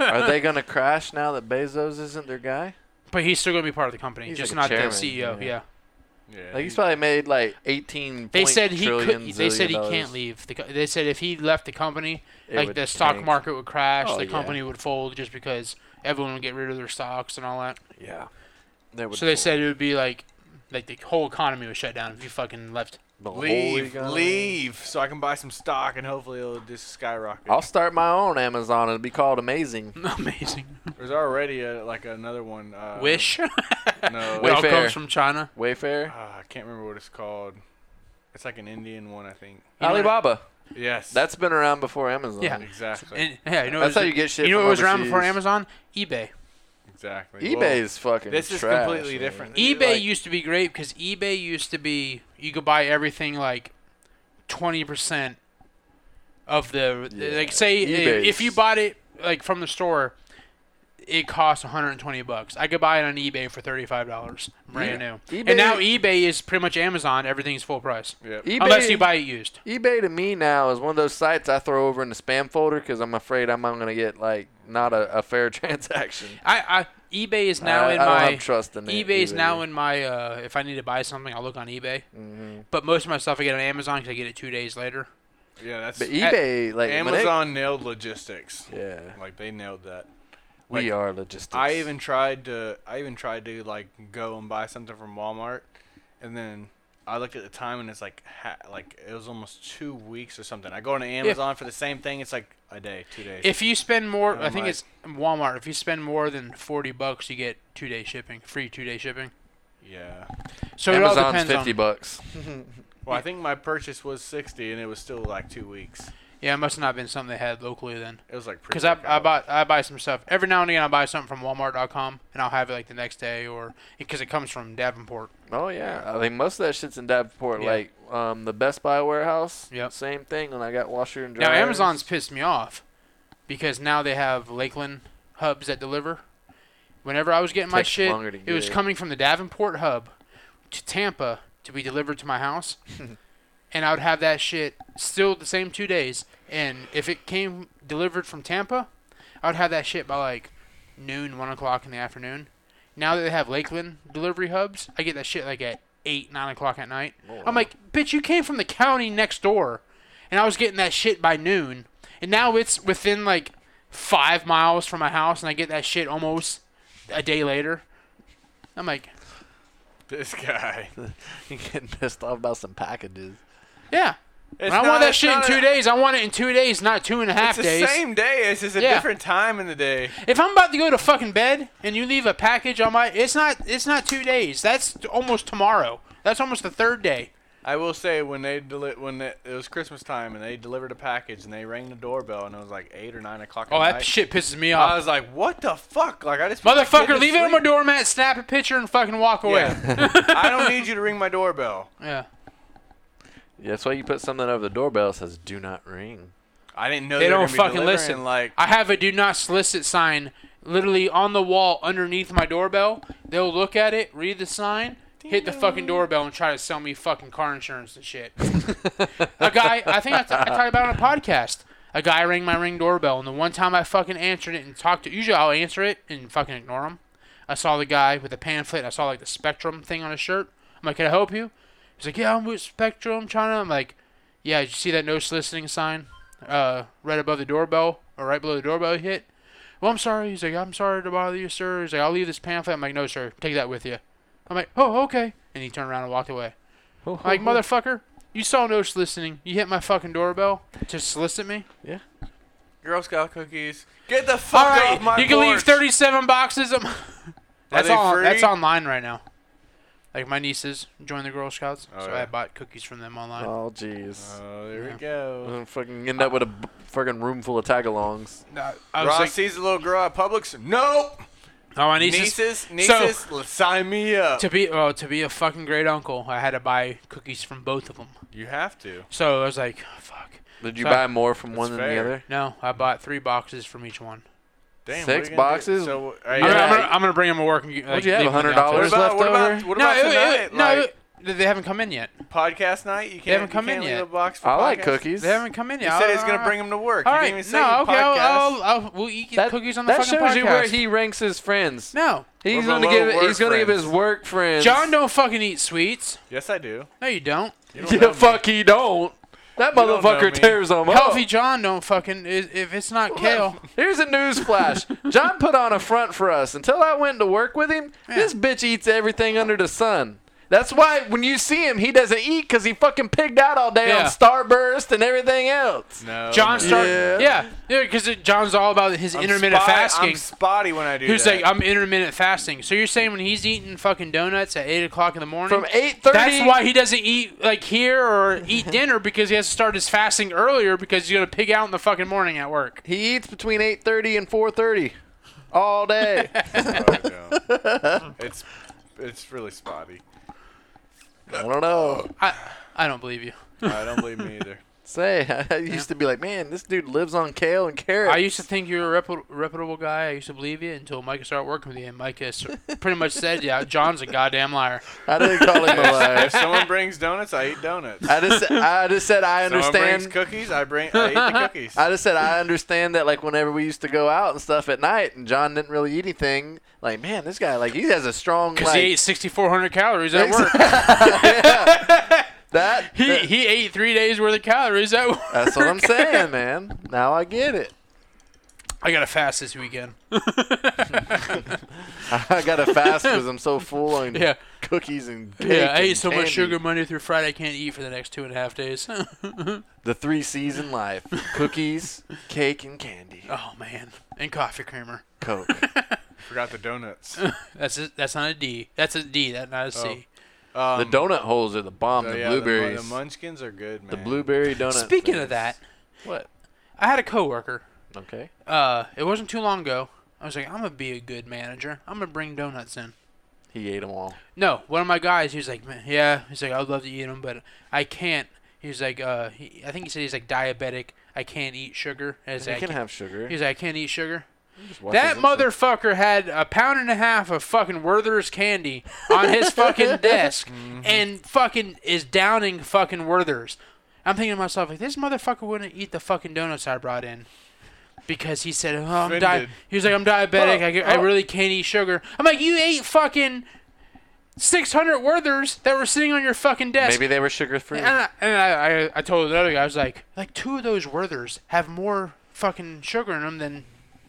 Speaker 3: Are they gonna crash now that Bezos isn't their guy?
Speaker 2: But he's still gonna be part of the company,
Speaker 3: He's
Speaker 2: just
Speaker 3: like a
Speaker 2: not the
Speaker 3: chairman,
Speaker 2: CEO.
Speaker 3: yeah.
Speaker 2: Yeah.
Speaker 1: a, yeah.
Speaker 3: Like he's
Speaker 1: he-
Speaker 3: probably made like eighteen.
Speaker 2: They
Speaker 3: point
Speaker 2: said he could.
Speaker 3: trillion
Speaker 2: They said
Speaker 3: zillion
Speaker 2: he
Speaker 3: dollars.
Speaker 2: can't leave. The co- they said if he left the company,
Speaker 3: It
Speaker 2: like
Speaker 3: would
Speaker 2: the stock
Speaker 3: tank.
Speaker 2: market would crash,
Speaker 3: Oh,
Speaker 2: the
Speaker 3: yeah.
Speaker 2: company would fold just because everyone would get rid of their stocks and all that.
Speaker 3: Yeah. They would
Speaker 2: So they
Speaker 3: fold.
Speaker 2: said it would be like, like the whole economy would shut down if you fucking left.
Speaker 3: The whole
Speaker 1: leave,
Speaker 3: economy.
Speaker 1: leave, so I can buy some stock and hopefully it'll just skyrocket.
Speaker 3: I'll start my own Amazon. It'll be called Amazing.
Speaker 2: Amazing.
Speaker 1: There's already a, like another one. Uh,
Speaker 2: Wish. it
Speaker 1: No.
Speaker 3: Wait.
Speaker 2: all
Speaker 3: Wayfair.
Speaker 2: comes from China.
Speaker 1: uh,
Speaker 3: Wayfair.
Speaker 1: I can't remember what it's called. It's like an Indian one, I think.
Speaker 2: You know what-
Speaker 3: Alibaba.
Speaker 1: Yes.
Speaker 3: That's been around before Amazon.
Speaker 2: Yeah.
Speaker 1: exactly.
Speaker 2: And, yeah, you know
Speaker 3: That's
Speaker 2: what
Speaker 3: how
Speaker 2: was-
Speaker 3: you get shit
Speaker 2: You know
Speaker 3: from
Speaker 2: what was around before
Speaker 3: overseas.
Speaker 2: Amazon? eBay.
Speaker 1: exactly. Well,
Speaker 3: eBay's fucking.
Speaker 1: this is
Speaker 3: trash,
Speaker 1: completely
Speaker 3: man.
Speaker 1: different. It'd be
Speaker 2: eBay
Speaker 1: like-
Speaker 2: used to be great because eBay used to be you could buy everything like twenty percent of the
Speaker 3: Yeah.
Speaker 2: like say i-
Speaker 3: eBay's-
Speaker 2: if you bought it like from the store, it costs one hundred and twenty bucks. I could buy it on eBay for thirty five dollars brand
Speaker 3: Yeah.
Speaker 2: new.
Speaker 3: eBay-
Speaker 2: and now eBay is pretty much Amazon. Everything's full price
Speaker 1: Yep.
Speaker 3: eBay,
Speaker 2: unless you buy it used.
Speaker 3: eBay to me now is one of those sites I throw over in the spam folder because I'm afraid I'm going to get like not a, a fair transaction.
Speaker 2: I, I eBay is now
Speaker 3: I,
Speaker 2: in
Speaker 3: I
Speaker 2: my
Speaker 3: don't have trust in
Speaker 2: eBay is now in my. Uh, if I need to buy something, I'll look on eBay.
Speaker 3: hmm
Speaker 2: But most of my stuff I get on Amazon because I get it two days later.
Speaker 1: Yeah, that's
Speaker 3: But eBay, like when they-
Speaker 1: Amazon nailed logistics.
Speaker 3: yeah,
Speaker 1: Like they nailed that.
Speaker 3: we
Speaker 1: Like,
Speaker 3: are logistics.
Speaker 1: I even tried to I even tried to like go and buy something from Walmart and then I looked at the time and it's like ha- like it was almost 2 weeks or something. I go on Amazon for the same thing it's like a day, 2 days.
Speaker 2: If you spend more,
Speaker 1: Oh,
Speaker 2: I think
Speaker 1: my.
Speaker 2: it's Walmart. If you spend more than forty bucks, you get two day shipping, free two day shipping.
Speaker 1: yeah.
Speaker 2: So it all
Speaker 3: Amazon's
Speaker 2: depends
Speaker 3: fifty
Speaker 2: on.
Speaker 3: bucks.
Speaker 1: Well, I think my purchase was 60 and it was still like 2 weeks.
Speaker 2: Yeah, it must not have been something they had locally then.
Speaker 1: It was like pretty
Speaker 2: Because I, I bought I buy some stuff every now and again. I buy something from Walmart.com and I'll have it like the next day or because it comes from Davenport.
Speaker 3: Oh yeah, I mean most of that shit's in Davenport.
Speaker 2: Yeah.
Speaker 3: Like um, the Best Buy warehouse.
Speaker 2: Yep.
Speaker 3: Same thing. When I got washer and dryer.
Speaker 2: Now Amazon's pissed me off because now they have Lakeland hubs that deliver. Whenever I was getting my
Speaker 3: Takes
Speaker 2: shit,
Speaker 3: longer to
Speaker 2: it was
Speaker 3: get.
Speaker 2: coming from the Davenport hub to Tampa to be delivered to my house, and I would have that shit still the same two days. And if it came delivered from Tampa, I would have that shit by like noon, one o'clock in the afternoon. Now that they have Lakeland delivery hubs, I get that shit like at eight, nine o'clock at night.
Speaker 3: Oh,
Speaker 2: I'm like, bitch, you came from the county next door, and I was getting that shit by noon, and now it's within like five miles from my house, and I get that shit almost a day later. I'm like,
Speaker 1: this guy.
Speaker 3: getting pissed off about some packages.
Speaker 2: yeah,
Speaker 1: It's
Speaker 2: When I
Speaker 1: not-
Speaker 2: want that
Speaker 1: it's
Speaker 2: shit in
Speaker 1: not
Speaker 2: two
Speaker 1: a-
Speaker 2: days. I want it in two days, not two and a half
Speaker 1: It's the
Speaker 2: days.
Speaker 1: same day. It's just a
Speaker 2: Yeah.
Speaker 1: different time in the day.
Speaker 2: If I'm about to go to fucking bed and you leave a package on my, it's not it's not two days. That's almost tomorrow. That's almost the third day.
Speaker 1: I will say when they deli- when it, it was Christmas time and they delivered a package and they rang the doorbell and it was like eight or nine o'clock. at
Speaker 2: Oh, that
Speaker 1: night.
Speaker 2: shit pisses me
Speaker 1: I
Speaker 2: off.
Speaker 1: was like, what the fuck? Like I just put my kid
Speaker 2: uh, Motherfucker,
Speaker 1: to
Speaker 2: leave it on my
Speaker 1: sleep.
Speaker 2: doormat, snap a picture, and fucking walk away. Yeah.
Speaker 1: Yeah. I don't need you to ring my doorbell.
Speaker 3: Yeah, that's why you put something over the doorbell that says "Do not ring."
Speaker 1: I didn't know
Speaker 2: They
Speaker 1: they, were
Speaker 2: don't
Speaker 1: gonna be
Speaker 2: fucking
Speaker 1: delivering,
Speaker 2: listen.
Speaker 1: Like
Speaker 2: I have a do not solicit sign literally on the wall underneath my doorbell. They'll look at it, read the sign, hit the fucking doorbell, and try to sell me fucking car insurance and shit. a guy, I think I, t- I talked about it on a podcast. A guy rang my ring doorbell, and the one time I fucking answered it and talked to, usually I'll answer it and fucking ignore him. I saw the guy with the pamphlet. I saw like the Spectrum thing on his shirt. I'm like, can I help you? He's like, yeah, I'm with Spectrum China. I'm like, yeah, did you see that no soliciting sign? Uh, right above the doorbell or right below the doorbell hit. Well, I'm sorry. He's like, I'm sorry to bother you, sir. He's like, I'll leave this pamphlet. I'm like, no, sir, take that with you. I'm like, oh, okay. And he turned around and walked away. I'm like, motherfucker, you saw no soliciting. You hit my fucking doorbell to solicit me.
Speaker 1: Girl Scout cookies. Get the fuck
Speaker 2: All right,
Speaker 1: off my
Speaker 2: you can leave
Speaker 1: porch.
Speaker 2: 37 boxes. Of that's
Speaker 1: they
Speaker 2: on,
Speaker 1: free?
Speaker 2: That's online right now. Like my nieces joined the Girl Scouts,
Speaker 1: Oh,
Speaker 2: so
Speaker 1: yeah.
Speaker 2: I bought cookies from them online.
Speaker 3: Oh jeez.
Speaker 1: Oh, there
Speaker 2: Yeah.
Speaker 1: we go.
Speaker 3: Uh, fucking end up with a b- fucking room full of tagalongs.
Speaker 2: Uh, I was
Speaker 1: Ross
Speaker 2: like,
Speaker 1: sees a little girl at Publix. Nope.
Speaker 2: oh, my nieces.
Speaker 1: Nieces,
Speaker 2: So-
Speaker 1: nieces, l- sign me up.
Speaker 2: To be well, to be a fucking great uncle, I had to buy cookies from both of them.
Speaker 1: You have to.
Speaker 2: So I was like, "Oh, fuck.
Speaker 3: Did you
Speaker 2: Sorry.
Speaker 3: buy more from one than the
Speaker 1: fair.
Speaker 3: other?
Speaker 2: No, I bought three boxes from each one.
Speaker 1: Damn, what
Speaker 3: Six
Speaker 1: are you gonna do?
Speaker 3: boxes?
Speaker 1: So, are
Speaker 2: I'm,
Speaker 1: you-
Speaker 2: gonna, I'm,
Speaker 3: Yeah.
Speaker 2: gonna, I'm gonna bring them to work. And, like,
Speaker 3: you have,
Speaker 2: leave 'em in the
Speaker 3: $100
Speaker 1: What
Speaker 2: office.
Speaker 3: There's
Speaker 1: about, what
Speaker 3: leftover?
Speaker 1: about what
Speaker 2: No,
Speaker 1: about
Speaker 2: it-
Speaker 1: tonight?
Speaker 2: it- no,
Speaker 1: like
Speaker 2: it- they haven't come in yet.
Speaker 1: podcast night, you can't.
Speaker 2: haven't
Speaker 1: you
Speaker 2: come in
Speaker 1: can't leave
Speaker 2: yet.
Speaker 1: A box for
Speaker 3: I like
Speaker 1: podcast?
Speaker 3: cookies.
Speaker 2: They haven't come in
Speaker 1: You
Speaker 2: yet.
Speaker 1: said he's
Speaker 2: Uh,
Speaker 1: gonna bring him to work.
Speaker 2: All
Speaker 1: you
Speaker 2: right,
Speaker 1: didn't even say
Speaker 2: no,
Speaker 1: you
Speaker 2: okay, I'll, I'll,
Speaker 1: podcast.
Speaker 2: I'll, we'll eat
Speaker 3: That-
Speaker 2: cookies on the
Speaker 3: that
Speaker 2: fucking
Speaker 3: shows
Speaker 2: podcast.
Speaker 3: you where he ranks his friends.
Speaker 2: no,
Speaker 3: He's
Speaker 1: We're
Speaker 3: gonna
Speaker 1: below
Speaker 3: give it,
Speaker 1: work
Speaker 3: he's gonna give
Speaker 1: friends.
Speaker 3: his work friends.
Speaker 2: John don't fucking eat sweets.
Speaker 1: yes, I do.
Speaker 2: No, you don't.
Speaker 1: You don't know
Speaker 3: Yeah,
Speaker 1: me.
Speaker 3: fuck, he don't. That
Speaker 1: You don't know
Speaker 3: motherfucker
Speaker 1: me.
Speaker 3: tears them up.
Speaker 2: Healthy John don't fucking. i- If it's not kale,
Speaker 3: Here's a news flash. John put on a front for us. Until I went to work with him, this bitch eats everything under the sun. That's why when you see him, he doesn't eat because he fucking pigged out all day
Speaker 2: Yeah.
Speaker 3: on Starburst and everything else.
Speaker 1: No.
Speaker 2: John
Speaker 1: no.
Speaker 2: start.
Speaker 3: Yeah.
Speaker 2: Yeah, yeah, because John's all about his
Speaker 1: I'm
Speaker 2: intermittent
Speaker 1: spot-
Speaker 2: fasting.
Speaker 1: I'm spotty when I do
Speaker 2: Who's
Speaker 1: that.
Speaker 2: like, I'm intermittent fasting. So you're saying when he's eating fucking donuts at eight o'clock in the morning,
Speaker 3: From 8:30
Speaker 2: that's why he doesn't eat like here or eat dinner because he has to start his fasting earlier because he's gonna pig out in the fucking morning at work.
Speaker 3: He eats between 8:30 and 4:30 all day.
Speaker 1: No, I don't. it's it's really spotty.
Speaker 3: I don't know.
Speaker 2: I I don't believe you.
Speaker 1: I don't believe me either.
Speaker 3: Say, I used to be like, man, this dude lives on kale and carrots.
Speaker 2: I used to think you were a repu- reputable guy. I used to believe you until Micah started working with you, and Micah s- pretty much said, "Yeah, John's a goddamn liar."
Speaker 3: I didn't call him a liar.
Speaker 1: If someone brings donuts, I eat donuts.
Speaker 3: I just, I just said I
Speaker 1: Someone brings
Speaker 3: understand.
Speaker 1: cookies, I bring I eat the cookies.
Speaker 3: I just said I understand that like whenever we used to go out and stuff at night, and John didn't really eat anything. Like man, this guy like he has a strong
Speaker 2: Because
Speaker 3: like
Speaker 2: he ate 6,400 calories at work.
Speaker 3: that.
Speaker 2: he
Speaker 3: that-
Speaker 2: he ate three days worth of calories at work.
Speaker 3: that's what I'm saying, man. Now I get it.
Speaker 2: I gotta fast this weekend.
Speaker 3: I gotta fast because I'm so full on
Speaker 2: Yeah.
Speaker 3: cookies and cake
Speaker 2: Yeah, I
Speaker 3: and
Speaker 2: ate so
Speaker 3: candy.
Speaker 2: much sugar Monday through Friday I can't eat for the next two and a half days.
Speaker 3: The three C's in life: cookies, cake, and candy.
Speaker 2: oh man, and coffee creamer.
Speaker 3: Coke.
Speaker 1: Forgot the donuts.
Speaker 2: That's a, that's not a D. That's a D. That's not a C.
Speaker 3: Oh.
Speaker 1: Um,
Speaker 3: the donut holes are the bomb.
Speaker 1: so
Speaker 3: the
Speaker 1: Oh, yeah, mu-
Speaker 3: blueberries.
Speaker 1: The, munchkins are good, man.
Speaker 3: The blueberry donut.
Speaker 2: Speaking
Speaker 3: things.
Speaker 2: of that,
Speaker 3: what?
Speaker 2: I had a coworker.
Speaker 3: Okay.
Speaker 2: Uh, it wasn't too long ago. I was like, I'm gonna be a good manager. I'm gonna bring donuts in.
Speaker 3: He ate them all.
Speaker 2: No, one of my guys. He was like, man, yeah. He's like, I'd love to eat them, but I can't. He was like, uh, he, I think he said he's like diabetic. I can't eat sugar. And I was
Speaker 3: He
Speaker 2: like,
Speaker 3: can
Speaker 2: I can't-
Speaker 3: have sugar.
Speaker 2: He's like, I can't eat sugar.
Speaker 3: Just watch
Speaker 2: That
Speaker 3: his insulin.
Speaker 2: motherfucker had a pound and a half of fucking Werther's candy on his fucking desk
Speaker 3: Mm-hmm.
Speaker 2: and fucking is downing fucking Werther's. I'm thinking to myself, like, this motherfucker wouldn't eat the fucking donuts I brought in. Because he said, oh, I'm di-.
Speaker 1: Offended.
Speaker 2: he was like, I'm diabetic. I, get- I
Speaker 3: Oh, oh.
Speaker 2: really can't eat sugar. I'm like, you ate fucking 600 Werther's that were sitting on your fucking desk.
Speaker 3: Maybe they were sugar free.
Speaker 2: And, I, and I, I, I told another guy, I was like, like two of those Werthers have more fucking sugar in them than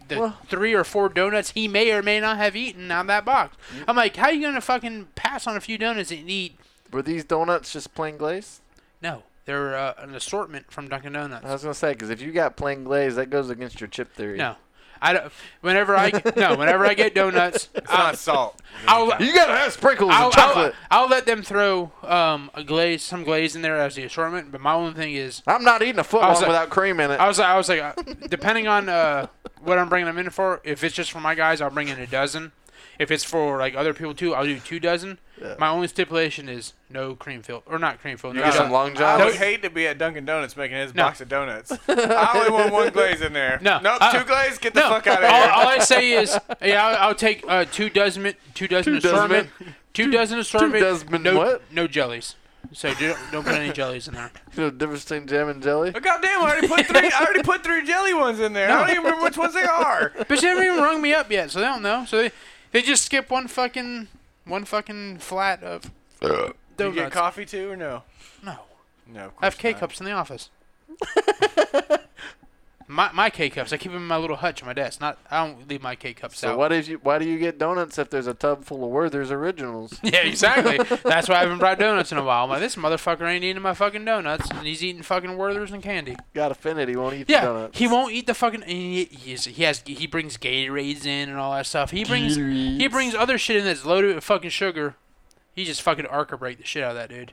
Speaker 2: the
Speaker 3: Well-
Speaker 2: three or four donuts he may or may not have eaten out of that box.
Speaker 3: Mm.
Speaker 2: I'm like, how you gonna fucking pass on a few donuts and eat?
Speaker 3: Were these donuts just plain glazed?
Speaker 2: No, They're uh, an assortment from Dunkin' Donuts.
Speaker 3: I was gonna say because if you got plain glaze, that goes against your chip theory.
Speaker 2: no, I don't. Whenever I no, whenever I get donuts,
Speaker 1: It's not Ah, salt.
Speaker 2: I'll, I'll,
Speaker 3: You gotta have sprinkles
Speaker 2: I'll,
Speaker 3: and chocolate.
Speaker 2: I'll let them throw um, a glaze, some glaze in there as the assortment. But my only thing is,
Speaker 3: i am not eating a foot
Speaker 2: I
Speaker 3: long
Speaker 2: was like-
Speaker 3: without cream in it.
Speaker 2: I was like, I was like, uh, depending on uh, what I'm bringing them in for. If it's just for my guys, I'll bring in a dozen. If it's for like other people too, I'll do two dozen. My only stipulation is no cream fill or not cream fill.
Speaker 3: you
Speaker 2: no
Speaker 3: got some
Speaker 2: dun-
Speaker 3: long
Speaker 1: I would
Speaker 3: johns.
Speaker 1: hate to be at Dunkin' Donuts making his
Speaker 2: No.
Speaker 1: box of donuts. I only want one glaze in there.
Speaker 2: No.
Speaker 1: Nope,
Speaker 2: Uh,
Speaker 1: two glaze? Get the
Speaker 2: No,
Speaker 1: fuck out of
Speaker 2: all,
Speaker 1: here.
Speaker 2: all I say is, yeah, I'll, I'll take uh, two dozen, two dozen
Speaker 3: Two
Speaker 2: assortment, two dozen assortment,
Speaker 3: dozen
Speaker 2: no,
Speaker 3: what?
Speaker 2: no jellies. So do, don't put any jellies in there.
Speaker 3: You know the difference between jam and jelly?
Speaker 1: But goddamn, I already put three. I already put three jelly ones in there. I don't even remember which ones they are.
Speaker 2: But they haven't even rung me up yet, so they don't know. So they, they just skip one fucking, one fucking flat of
Speaker 1: Do you get
Speaker 2: donuts.
Speaker 1: coffee too or no?
Speaker 2: No,
Speaker 1: No.
Speaker 2: I have K cups in the office. my my K cups, I keep them in my little hutch on my desk. Not I don't leave my K cups
Speaker 3: So
Speaker 2: out.
Speaker 3: what if you? Why do you get donuts if there's a tub full of Werther's originals?
Speaker 2: Yeah, exactly. That's why I haven't brought donuts in a while. I'm like, this motherfucker ain't eating my fucking donuts, and he's eating fucking Werther's and candy.
Speaker 3: Got affinity, won't eat
Speaker 2: Yeah,
Speaker 3: the donuts.
Speaker 2: he won't eat the fucking. and He, he's, he has he brings Gatorades in and all that stuff. He brings he
Speaker 3: Gatorades.
Speaker 2: brings other shit in that's loaded with fucking sugar. He just fucking arca break the shit out of that dude.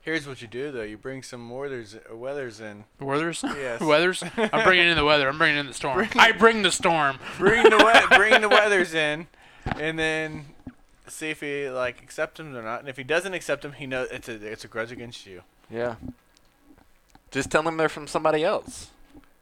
Speaker 1: Here's what you do though. You bring some Werther's, uh, Weathers in.
Speaker 2: Weathers,
Speaker 1: Yes.
Speaker 2: weathers. I'm bringing in the weather. I'm bringing in the storm. I bring the storm.
Speaker 1: Bring the we- bring the Weathers in, and then see if he like accepts them or not. And if he doesn't accept them, he knows it's a it's a grudge against you.
Speaker 3: Yeah. Just tell them they're from somebody else.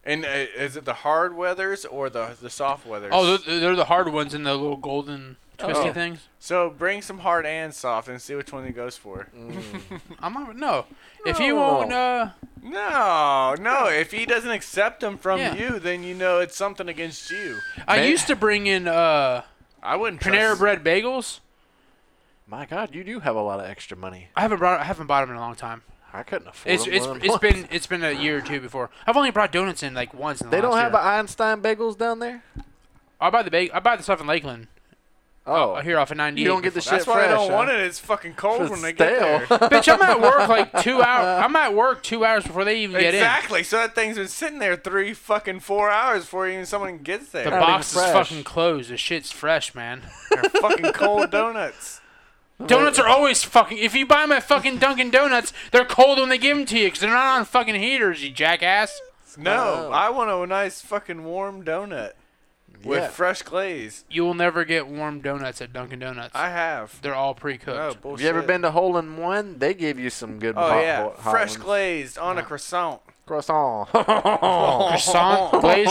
Speaker 1: And uh, is it the hard Weathers or the the soft Weathers?
Speaker 2: Oh, they're, they're the hard ones in the little golden twisty
Speaker 3: Oh.
Speaker 2: things.
Speaker 1: so bring some hard and soft and see which one he goes for.
Speaker 3: Mm.
Speaker 2: I'm not no. If you
Speaker 3: No.
Speaker 2: won't, uh,
Speaker 1: No, no. If he doesn't accept them from
Speaker 2: Yeah.
Speaker 1: you, then you know it's something against you.
Speaker 2: I
Speaker 3: May-
Speaker 2: used to bring in uh
Speaker 1: I wouldn't.
Speaker 2: Panera
Speaker 1: trust-
Speaker 2: Bread bagels.
Speaker 3: My God, you do have a lot of extra money.
Speaker 2: I haven't brought I haven't bought them in a long time.
Speaker 3: I couldn't afford
Speaker 2: It's
Speaker 3: them
Speaker 2: it's
Speaker 3: one
Speaker 2: it's
Speaker 3: month.
Speaker 2: been it's been a year or two before. I've only brought donuts in like once. In the
Speaker 3: They don't
Speaker 2: last
Speaker 3: have
Speaker 2: year.
Speaker 3: Einstein bagels down there.
Speaker 2: I buy the bag. I buy the stuff in Lakeland.
Speaker 3: Oh,
Speaker 2: here off of ninety.
Speaker 3: you don't get the shit
Speaker 1: That's why
Speaker 3: fresh.
Speaker 1: I don't
Speaker 3: huh?
Speaker 1: want it. It's fucking cold
Speaker 3: It's
Speaker 1: when they
Speaker 3: stale.
Speaker 1: get there.
Speaker 2: Bitch, I'm at work like two hours. I'm at work two hours before they even get in.
Speaker 1: exactly. So that thing's been sitting there three fucking four hours before even someone gets
Speaker 2: The
Speaker 1: there.
Speaker 3: Not even
Speaker 2: box is
Speaker 3: fresh.
Speaker 2: fucking closed. The shit's fresh, man.
Speaker 1: They're fucking cold donuts.
Speaker 2: Donuts are always fucking. If you buy them at fucking Dunkin' Donuts, they're cold when they give them to you because they're not on fucking heaters, you jackass.
Speaker 1: No,
Speaker 3: Oh.
Speaker 1: I want a nice fucking warm donut with
Speaker 3: Yeah.
Speaker 1: fresh glaze.
Speaker 2: You will never get warm donuts at Dunkin' Donuts.
Speaker 1: I have.
Speaker 2: they're all
Speaker 1: Oh
Speaker 2: pre-cooked.
Speaker 1: bullshit.
Speaker 3: Have you ever been to Hole in One? They give you some good.
Speaker 1: Oh
Speaker 3: hot,
Speaker 1: yeah,
Speaker 3: hot
Speaker 1: fresh
Speaker 3: ones.
Speaker 1: glazed on a croissant.
Speaker 3: croissant. Oh,
Speaker 2: Croissant, glazed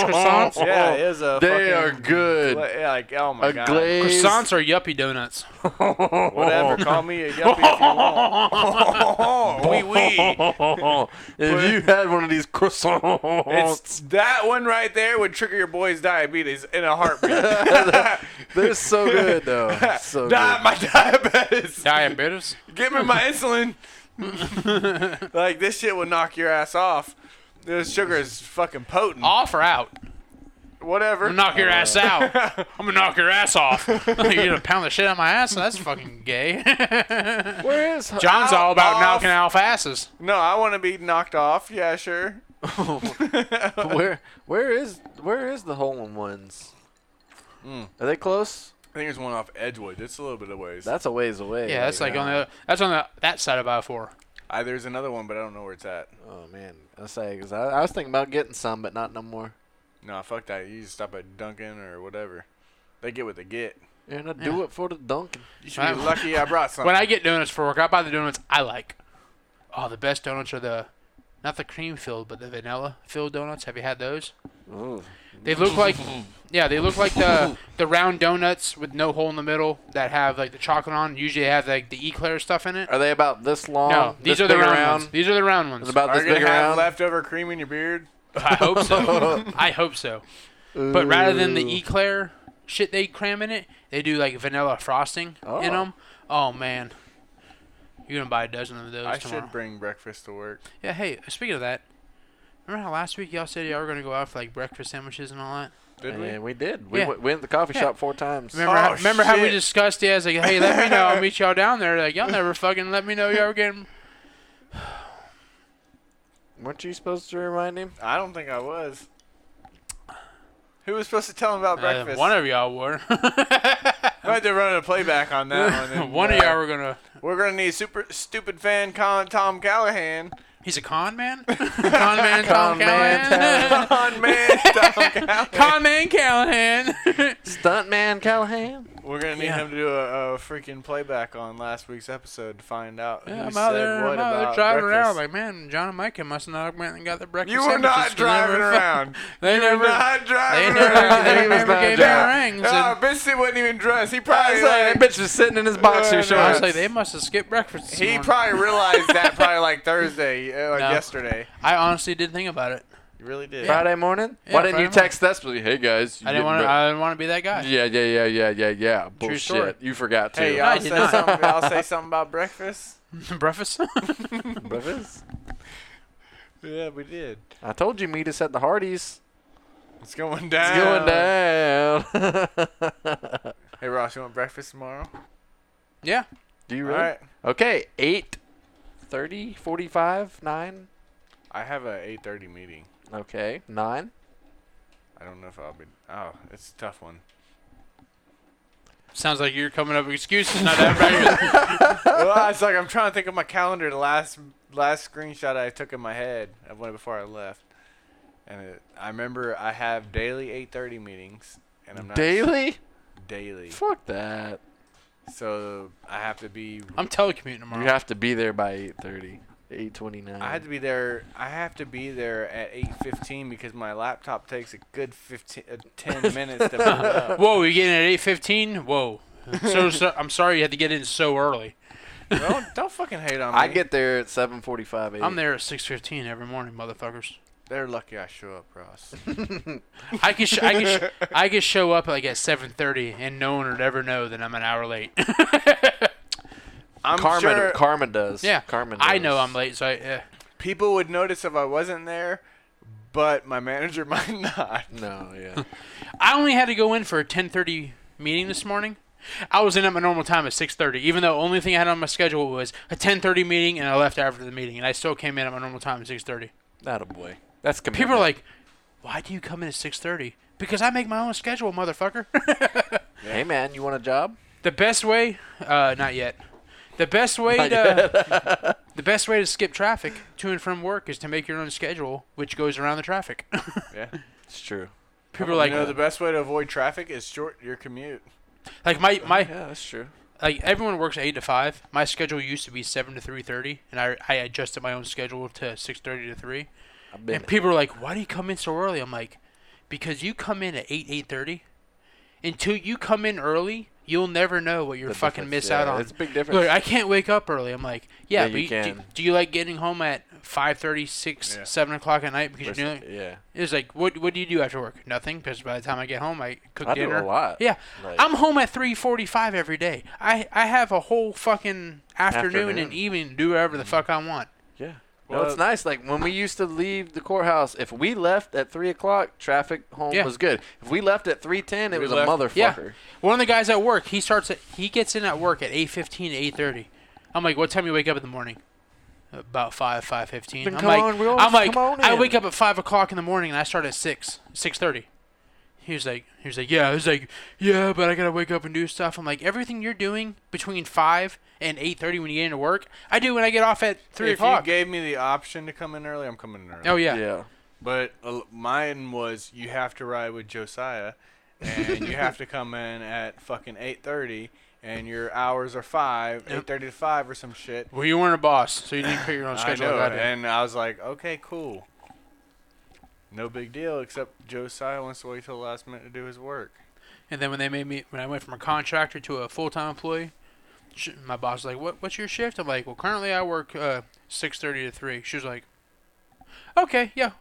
Speaker 2: croissants.
Speaker 1: Yeah, it is a.
Speaker 3: they are
Speaker 1: fucking
Speaker 3: good.
Speaker 1: gla- yeah, like oh my
Speaker 3: a
Speaker 1: god.
Speaker 3: glaze.
Speaker 2: Croissants are yuppie donuts.
Speaker 1: Whatever, call me a yuppie if you want. Wee wee.
Speaker 3: if you had one of these croissants,
Speaker 1: It's that one right there would trigger your boy's diabetes in a heartbeat.
Speaker 3: they're so good though. So
Speaker 1: Not
Speaker 3: good.
Speaker 1: my diabetes.
Speaker 2: Diabetes.
Speaker 1: Give me my insulin. like this shit will knock your ass off. This sugar is fucking potent.
Speaker 2: Off or out?
Speaker 1: Whatever.
Speaker 2: I'm gonna knock your ass
Speaker 1: Uh.
Speaker 2: out. I'm gonna knock your ass off. You're gonna pound the shit out of my ass. That's fucking gay.
Speaker 3: Where is
Speaker 2: John's all about
Speaker 1: Off.
Speaker 2: knocking off asses.
Speaker 1: no, I want to be knocked off. Yeah, sure.
Speaker 3: where where is where is the hole in ones?
Speaker 1: Hmm.
Speaker 3: Are they close?
Speaker 1: I think there's one off Edgewood. It's a little bit of ways.
Speaker 3: That's a ways away.
Speaker 2: Yeah, that's like
Speaker 3: uh,
Speaker 2: on the that's on the that side of I four.
Speaker 1: I, there's another one, but I don't know where it's at.
Speaker 3: Oh man, I say because I, I was thinking about getting some, but not no more.
Speaker 1: No, fuck that. You just stop at Dunkin' or whatever. They get what they get.
Speaker 3: And I do it for the Dunkin'.
Speaker 1: You should be
Speaker 2: Right.
Speaker 1: lucky I brought something.
Speaker 2: When I get donuts for work, I buy the donuts I like. Oh, the best donuts are the not the cream filled, but the vanilla filled donuts. Have you had those?
Speaker 3: Ooh.
Speaker 2: They look like yeah, they look like the the round donuts with no hole in the middle that have like the chocolate on. Usually they have like the eclair stuff in it.
Speaker 3: Are they about this long?
Speaker 2: No, these
Speaker 3: this
Speaker 2: are the
Speaker 3: big
Speaker 2: round
Speaker 3: Oh, around?
Speaker 2: ones. These are the round ones.
Speaker 3: It's about
Speaker 1: Are
Speaker 3: this
Speaker 1: you gonna
Speaker 3: big
Speaker 1: have
Speaker 3: around.
Speaker 1: leftover cream in your beard?
Speaker 2: I hope so. I hope so. But rather than the eclair shit they cram in it, they do like vanilla frosting in 'em. in
Speaker 3: Oh.
Speaker 2: them. Oh man, you're gonna buy a dozen of those
Speaker 1: I
Speaker 2: tomorrow.
Speaker 1: should bring breakfast to work.
Speaker 2: yeah. Hey, speaking of that, remember how last week y'all said y'all were gonna go out for like breakfast sandwiches and all that?
Speaker 1: Did we?
Speaker 3: And we did. We
Speaker 2: Yeah.
Speaker 3: went, went to the coffee
Speaker 2: Yeah.
Speaker 3: shop four times.
Speaker 2: Remember, how,
Speaker 1: Oh,
Speaker 2: remember how we
Speaker 1: shit.
Speaker 2: discussed it? I was like, hey, let me know. I'll meet y'all down there. Like y'all never fucking let me know y'all were getting.
Speaker 3: Weren't you supposed to remind him?
Speaker 1: I don't think I was. Who was supposed to tell him about
Speaker 2: Uh,
Speaker 1: breakfast?
Speaker 2: one of y'all were.
Speaker 1: Might have run a playback on that one. and,
Speaker 2: one of
Speaker 1: uh,
Speaker 2: y'all were gonna.
Speaker 1: We're gonna need super stupid fan con Tom Callahan.
Speaker 2: He's a con man. con man.
Speaker 3: Con
Speaker 2: Tom
Speaker 3: man,
Speaker 2: Callahan.
Speaker 1: Con man Tom Callahan.
Speaker 2: con man Callahan.
Speaker 3: Stuntman Callahan.
Speaker 1: We're gonna need
Speaker 2: Yeah.
Speaker 1: him to do a, a freaking playback on last week's episode to find out who
Speaker 2: Yeah, I'm
Speaker 1: said
Speaker 2: out there,
Speaker 1: what
Speaker 2: I'm out there
Speaker 1: about
Speaker 2: driving around.
Speaker 1: breakfast.
Speaker 2: Like, man, John and Micah must have not went and got their breakfast.
Speaker 1: you were not
Speaker 2: sandwiches 'cause they
Speaker 1: driving
Speaker 2: never-
Speaker 1: around.
Speaker 2: They
Speaker 1: You were
Speaker 2: never.
Speaker 1: not driving
Speaker 2: never-
Speaker 1: around. He
Speaker 2: they
Speaker 1: was
Speaker 2: never
Speaker 1: not
Speaker 2: gave me
Speaker 1: driving.
Speaker 2: rings
Speaker 1: No,
Speaker 2: and-
Speaker 1: Benson wasn't even dressed. He
Speaker 3: I
Speaker 1: probably
Speaker 3: was like,
Speaker 1: like,
Speaker 3: that bitch was sitting in his boxer
Speaker 1: Yeah,
Speaker 3: shorts.
Speaker 1: no,
Speaker 2: I
Speaker 1: around.
Speaker 2: was like, they must have skipped breakfast. this
Speaker 1: he
Speaker 2: morning.
Speaker 1: probably realized that probably like Thursday, uh, like
Speaker 2: No.
Speaker 1: yesterday.
Speaker 2: I honestly did think about it.
Speaker 1: You really did.
Speaker 3: Friday morning?
Speaker 2: Yeah,
Speaker 3: Why didn't
Speaker 2: Friday
Speaker 3: you text us? Hey guys, you
Speaker 2: I
Speaker 3: getting
Speaker 2: didn't want to.
Speaker 3: bre-
Speaker 2: I didn't want to be that guy.
Speaker 3: Yeah, yeah, yeah, yeah, yeah, yeah.
Speaker 2: story.
Speaker 3: Bullshit. You forgot to.
Speaker 1: Hey,
Speaker 2: I
Speaker 1: y'all
Speaker 2: did
Speaker 1: say,
Speaker 2: not.
Speaker 1: something, y'all say something about breakfast?
Speaker 2: breakfast.
Speaker 3: Breakfast?
Speaker 1: Yeah, we did.
Speaker 3: I told you meet us at the Hardee's.
Speaker 1: It's going down.
Speaker 3: It's going down.
Speaker 1: Hey, Ross, you want breakfast tomorrow?
Speaker 2: yeah.
Speaker 3: Do you really?
Speaker 1: All right.
Speaker 3: Okay, 8, 30, 45, 9.
Speaker 1: I have a 8:30 meeting.
Speaker 3: Okay, 9.
Speaker 1: I don't know if I'll be. Oh, it's a tough one.
Speaker 2: Sounds like you're coming up with excuses. Not that breakfast.
Speaker 1: well, it's like I'm trying to think of my calendar. The last last screenshot I took in my head of when before I left, and it, I remember I have daily 8:30 meetings, and I'm not
Speaker 3: Daily?
Speaker 1: daily.
Speaker 3: Fuck that.
Speaker 1: So I have to be.
Speaker 2: I'm telecommuting tomorrow.
Speaker 3: You have to be there by 8.30, 8.29.
Speaker 1: I had to be there. I have to be there at 8:15 because my laptop takes a good 15, uh, 10 minutes to boot up.
Speaker 2: Whoa, you getting at eight fifteen? Whoa. so, so I'm sorry you had to get in so early.
Speaker 1: Don't don't fucking hate on me.
Speaker 3: I get there at 7.45, 8.
Speaker 2: I'm there at six fifteen every morning, motherfuckers.
Speaker 1: They're lucky I show up, Ross.
Speaker 2: I could, sh- I could, sh- I could show up like at seven thirty, and no one would ever know that I'm an hour late.
Speaker 1: I'm
Speaker 3: Carmen,
Speaker 1: sure
Speaker 3: Carmen does.
Speaker 2: yeah,
Speaker 3: Carmen does.
Speaker 2: I know I'm late, so I, eh.
Speaker 1: people would notice if I wasn't there, but my manager might not.
Speaker 3: No, yeah.
Speaker 2: I only had to go in for a ten thirty meeting this morning. I was in at my normal time at six thirty, even though the only thing I had on my schedule was a ten thirty meeting, and I left after the meeting, and I still came in at my normal time at six thirty.
Speaker 3: Not a boy. That's commitment.
Speaker 2: People are like, "Why do you come in at six thirty? Because I make my own schedule, motherfucker.
Speaker 3: hey man, you want a job?
Speaker 2: the best way, uh, not yet. The best way to, the best way to skip traffic to and from work is to make your own schedule, which goes around the traffic.
Speaker 1: Yeah.
Speaker 3: It's true.
Speaker 2: People are like,
Speaker 1: you know, the best way to avoid traffic is short your commute.
Speaker 2: like my my
Speaker 3: Yeah, that's true.
Speaker 2: like everyone works eight to five. My schedule used to be seven to three thirty, and I I adjusted my own schedule to six thirty to three.
Speaker 3: I've been
Speaker 2: And people are like, "Why do you come in so early?" I'm like, "Because you come in at eight eight thirty. Until you come in early, you'll never know what you're
Speaker 3: The
Speaker 2: fucking
Speaker 3: difference,
Speaker 2: miss
Speaker 3: yeah,
Speaker 2: out on."
Speaker 3: It's a big difference.
Speaker 2: Look, I can't wake up early. I'm like, "Yeah,
Speaker 3: Yeah,
Speaker 2: but
Speaker 3: you
Speaker 2: you Do,
Speaker 3: can.
Speaker 2: do you like getting home at five thirty, six,
Speaker 1: Yeah.
Speaker 2: seven o'clock at night because you're
Speaker 3: Versus-
Speaker 2: doing?"
Speaker 3: yeah.
Speaker 2: It's like, "What what do you do after work?" Nothing, because by the time I get home, I cook
Speaker 3: I do a
Speaker 2: dinner.
Speaker 3: lot.
Speaker 2: Yeah,
Speaker 3: Like-
Speaker 2: I'm home at three forty-five every day. I I have a whole fucking afternoon,
Speaker 3: Afternoon.
Speaker 2: and evening to do whatever the fuck I want.
Speaker 3: Yeah. no,
Speaker 1: Well-
Speaker 3: it's nice. Like when we used to leave the courthouse, if we left at three o'clock, traffic home
Speaker 2: Yeah.
Speaker 3: was good. If we left at three ten, it
Speaker 1: We
Speaker 3: was
Speaker 1: left-
Speaker 3: a motherfucker.
Speaker 2: Yeah. One of the guys at work, he starts at he gets in at work at eight fifteen to eight thirty. I'm like, what time you wake up in the morning? About five, five fifteen.
Speaker 3: Then
Speaker 2: I'm
Speaker 3: come
Speaker 2: like,
Speaker 3: on, we always
Speaker 2: I'm like,
Speaker 3: come on
Speaker 2: I
Speaker 3: in.
Speaker 2: wake up at five o'clock in the morning and I start at six, six thirty. He was like, he was like, yeah. I was like, yeah, but I gotta wake up and do stuff. I'm like, everything you're doing between five and eight thirty when you get into work, I do when I get off at three
Speaker 1: if
Speaker 2: o'clock.
Speaker 1: you gave me the option to come in early, I'm coming in early.
Speaker 2: oh yeah.
Speaker 3: Yeah.
Speaker 1: But uh, mine was you have to ride with Josiah, and you have to come in at fucking 8:30, and your hours are five, 8:30 to five or some shit.
Speaker 2: Well, you weren't a boss, so you didn't put your own
Speaker 1: I
Speaker 2: schedule.
Speaker 1: know,
Speaker 2: like I did.
Speaker 1: and I was like, okay, cool. No big deal, except Josiah wants to wait till the last minute to do his work.
Speaker 2: And then when they made me, when I went from a contractor to a full time employee, sh- my boss was like, "What? What's your shift?" I'm like, "Well, currently I work uh, six thirty to 3. She was like, "Okay, yeah."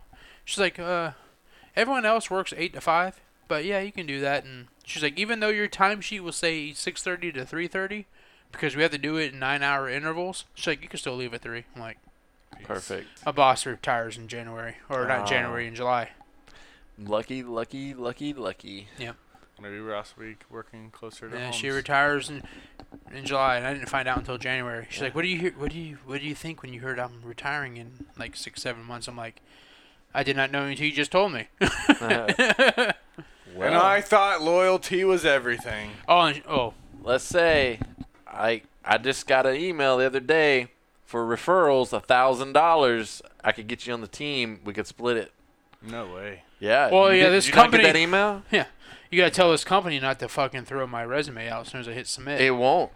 Speaker 2: She's like, "Uh, everyone else works eight to five, but yeah, you can do that." And she's like, "Even though your timesheet will say six thirty to three thirty, because we have to do it in nine hour intervals, she's like, you can still leave at 3. I'm like,
Speaker 3: Perfect.
Speaker 2: "My boss retires in January, or not
Speaker 3: Ah.
Speaker 2: January, in July."
Speaker 3: Lucky, lucky, lucky, lucky.
Speaker 1: Maybe Ross Week working closer to
Speaker 2: Yeah,
Speaker 1: home.
Speaker 2: she retires in, in July, and I didn't find out until January. She's like, "What do you hear? What do you What do you think when you heard I'm retiring in like six, seven months?" I'm like, "I did not know until you just told me."
Speaker 1: and I thought loyalty was everything.
Speaker 2: oh, and, oh,
Speaker 3: let's say I I just got an email the other day for referrals, a thousand dollars. I could get you on the team. We could split it.
Speaker 1: No way.
Speaker 3: Yeah.
Speaker 2: Well,
Speaker 3: you
Speaker 2: yeah,
Speaker 3: did-
Speaker 2: this
Speaker 3: you not get
Speaker 2: company-
Speaker 3: that email.
Speaker 2: yeah. You gotta tell this company not to fucking throw my resume out as soon as I hit submit.
Speaker 3: It won't.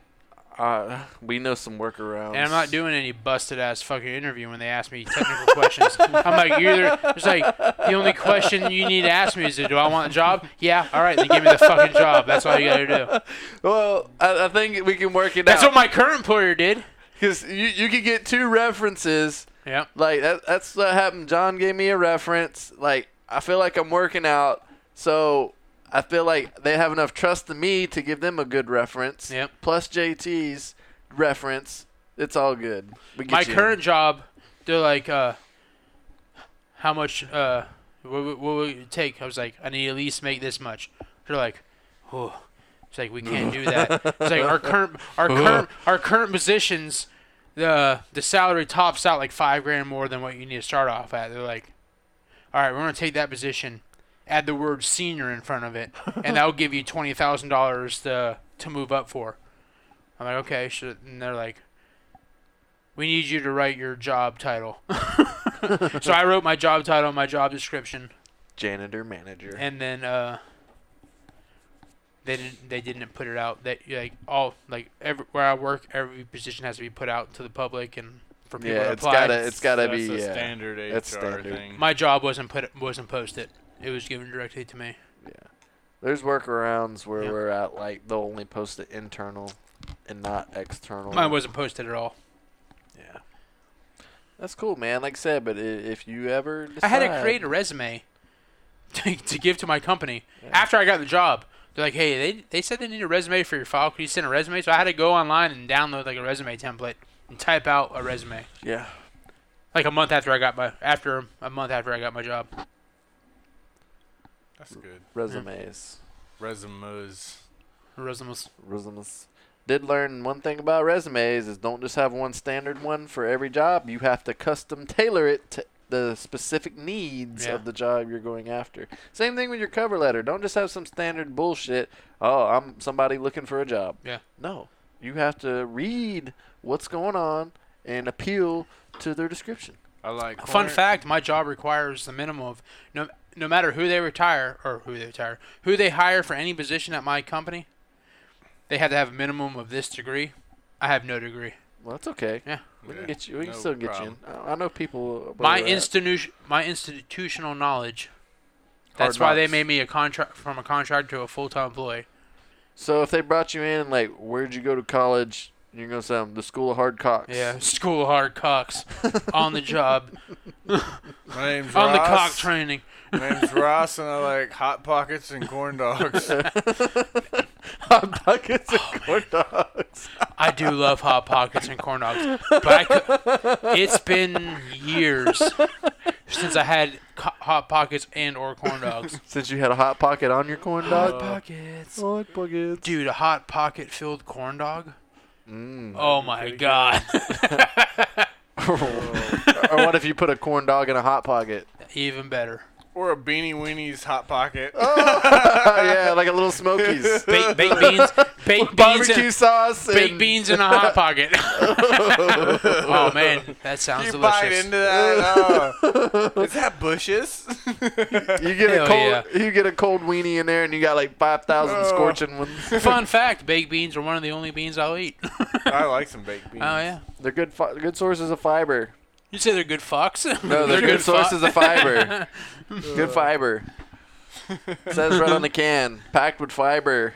Speaker 3: Uh, we know some workarounds.
Speaker 2: and I'm not doing any busted ass fucking interview when they ask me technical questions. I'm like, you either it's like the only question you need to ask me is, do I want a job? Yeah, all right, then give me the fucking job. That's all you gotta do.
Speaker 3: Well, I, I think we can work it
Speaker 2: That's
Speaker 3: out.
Speaker 2: what my current employer did.
Speaker 3: Because you you could get two references.
Speaker 2: Yeah.
Speaker 3: Like that, that's what happened. John gave me a reference. Like I feel like I'm working out, so I feel like they have enough trust in me to give them a good reference.
Speaker 2: Yep.
Speaker 3: Plus JT's reference, it's all good. We get
Speaker 2: my
Speaker 3: you in.
Speaker 2: current job, they're like, uh, how much, uh, what, what, what would it take? I was like, I need at least make this much. They're like, oh, it's like we can't do that. It's like our current, our current, our current positions, the the salary tops out like five grand more than what you need to start off at. They're like, all right, we're gonna take that position, add the word senior in front of it, and that'll give you twenty thousand dollars to to move up for. I'm like, okay, should, and they're like, we need you to write your job title. so I wrote my job title, my job description,
Speaker 3: janitor manager.
Speaker 2: and then uh, they didn't they didn't put it out. That like all like every where I work, every position has to be put out to the public and for people
Speaker 3: yeah,
Speaker 2: to
Speaker 3: it's
Speaker 2: apply.
Speaker 3: gotta it's gotta
Speaker 1: That's
Speaker 3: be
Speaker 1: a
Speaker 3: yeah.
Speaker 1: standard HR
Speaker 3: That's standard.
Speaker 1: thing.
Speaker 2: my job wasn't put wasn't posted. It was given directly to me.
Speaker 3: There's workarounds where
Speaker 2: Yep.
Speaker 3: we're at like they'll only post it internal and not external.
Speaker 2: Mine wasn't posted at all.
Speaker 3: Yeah. That's cool, man. Like I said, but i- if you ever decide,
Speaker 2: I had to create a resume to, to give to my company after I got the job. They're like, hey, they, they said they need a resume for your file. Could you send a resume? So I had to go online and download like a resume template and type out a resume.
Speaker 3: yeah.
Speaker 2: Like a month after I got my after a month after I got my job.
Speaker 1: That's good.
Speaker 3: resumes.
Speaker 1: Resumes.
Speaker 2: Resumes.
Speaker 3: Resumes. Did learn one thing about resumes is don't just have one standard one for every job. You have to custom tailor it to the specific needs
Speaker 2: Yeah.
Speaker 3: of the job you're going after. Same thing with your cover letter. Don't just have some standard bullshit. Oh, I'm somebody looking for a job.
Speaker 2: Yeah.
Speaker 3: No, you have to read what's going on and appeal to their description.
Speaker 1: I like.
Speaker 2: Fun
Speaker 1: corn-
Speaker 2: fact: My job requires the minimum of no no matter who they retire or who they retire who they hire for any position at my company, they have to have a minimum of this degree. I have no degree.
Speaker 3: Well, that's okay.
Speaker 2: Yeah.
Speaker 3: We can
Speaker 1: Yeah,
Speaker 3: get you. We can
Speaker 1: no
Speaker 3: still get
Speaker 1: problem.
Speaker 3: you. In. I, I know people. uh, where
Speaker 2: my
Speaker 3: we're at.
Speaker 2: institution my institutional knowledge
Speaker 3: Hard
Speaker 2: that's why they
Speaker 3: knocks.
Speaker 2: made me a contract from a contract to a full-time employee
Speaker 3: So if they brought you in, like, where'd you go to college? You're gonna say "Um, the school of hard cocks.
Speaker 2: yeah school of hard cocks on the job
Speaker 1: My name's
Speaker 2: on the
Speaker 1: Ross.
Speaker 2: cock training
Speaker 1: My name's Ross, and I like hot pockets and corn dogs.
Speaker 3: hot buckets and corn dogs.
Speaker 2: i do love hot pockets and corn dogs but I could, it's been years since i had co- hot pockets and or corn dogs
Speaker 3: Since you had a hot pocket on your corn dog.
Speaker 2: pockets
Speaker 3: hot pockets.
Speaker 2: dude a hot pocket filled corn dog
Speaker 3: Mm.
Speaker 2: oh my god
Speaker 3: or what if you put a corn dog in a hot pocket?
Speaker 2: even better
Speaker 1: or a beanie weenie's hot pocket.
Speaker 3: Oh, yeah, like a little Smokies.
Speaker 2: baked, baked beans baked beans
Speaker 3: Barbecue
Speaker 2: and,
Speaker 3: sauce.
Speaker 2: baked
Speaker 3: and-
Speaker 2: beans in a hot pocket. oh man, that sounds
Speaker 1: you bite
Speaker 2: delicious.
Speaker 1: into that. Oh. Is that bushes?
Speaker 3: You get a
Speaker 2: Hell
Speaker 3: cold.
Speaker 2: yeah.
Speaker 3: You get a cold weenie in there, and you got like five thousand
Speaker 1: Oh.
Speaker 3: scorching ones.
Speaker 2: Fun fact: baked beans are one of the only beans I'll eat. oh
Speaker 1: I like some baked beans.
Speaker 2: yeah,
Speaker 3: They're good. Fi- good sources of fiber.
Speaker 2: you say they're good fucks.
Speaker 3: No, they're, good,
Speaker 2: fu-
Speaker 3: sources of fiber. good fiber. Says right on the can, packed with fiber.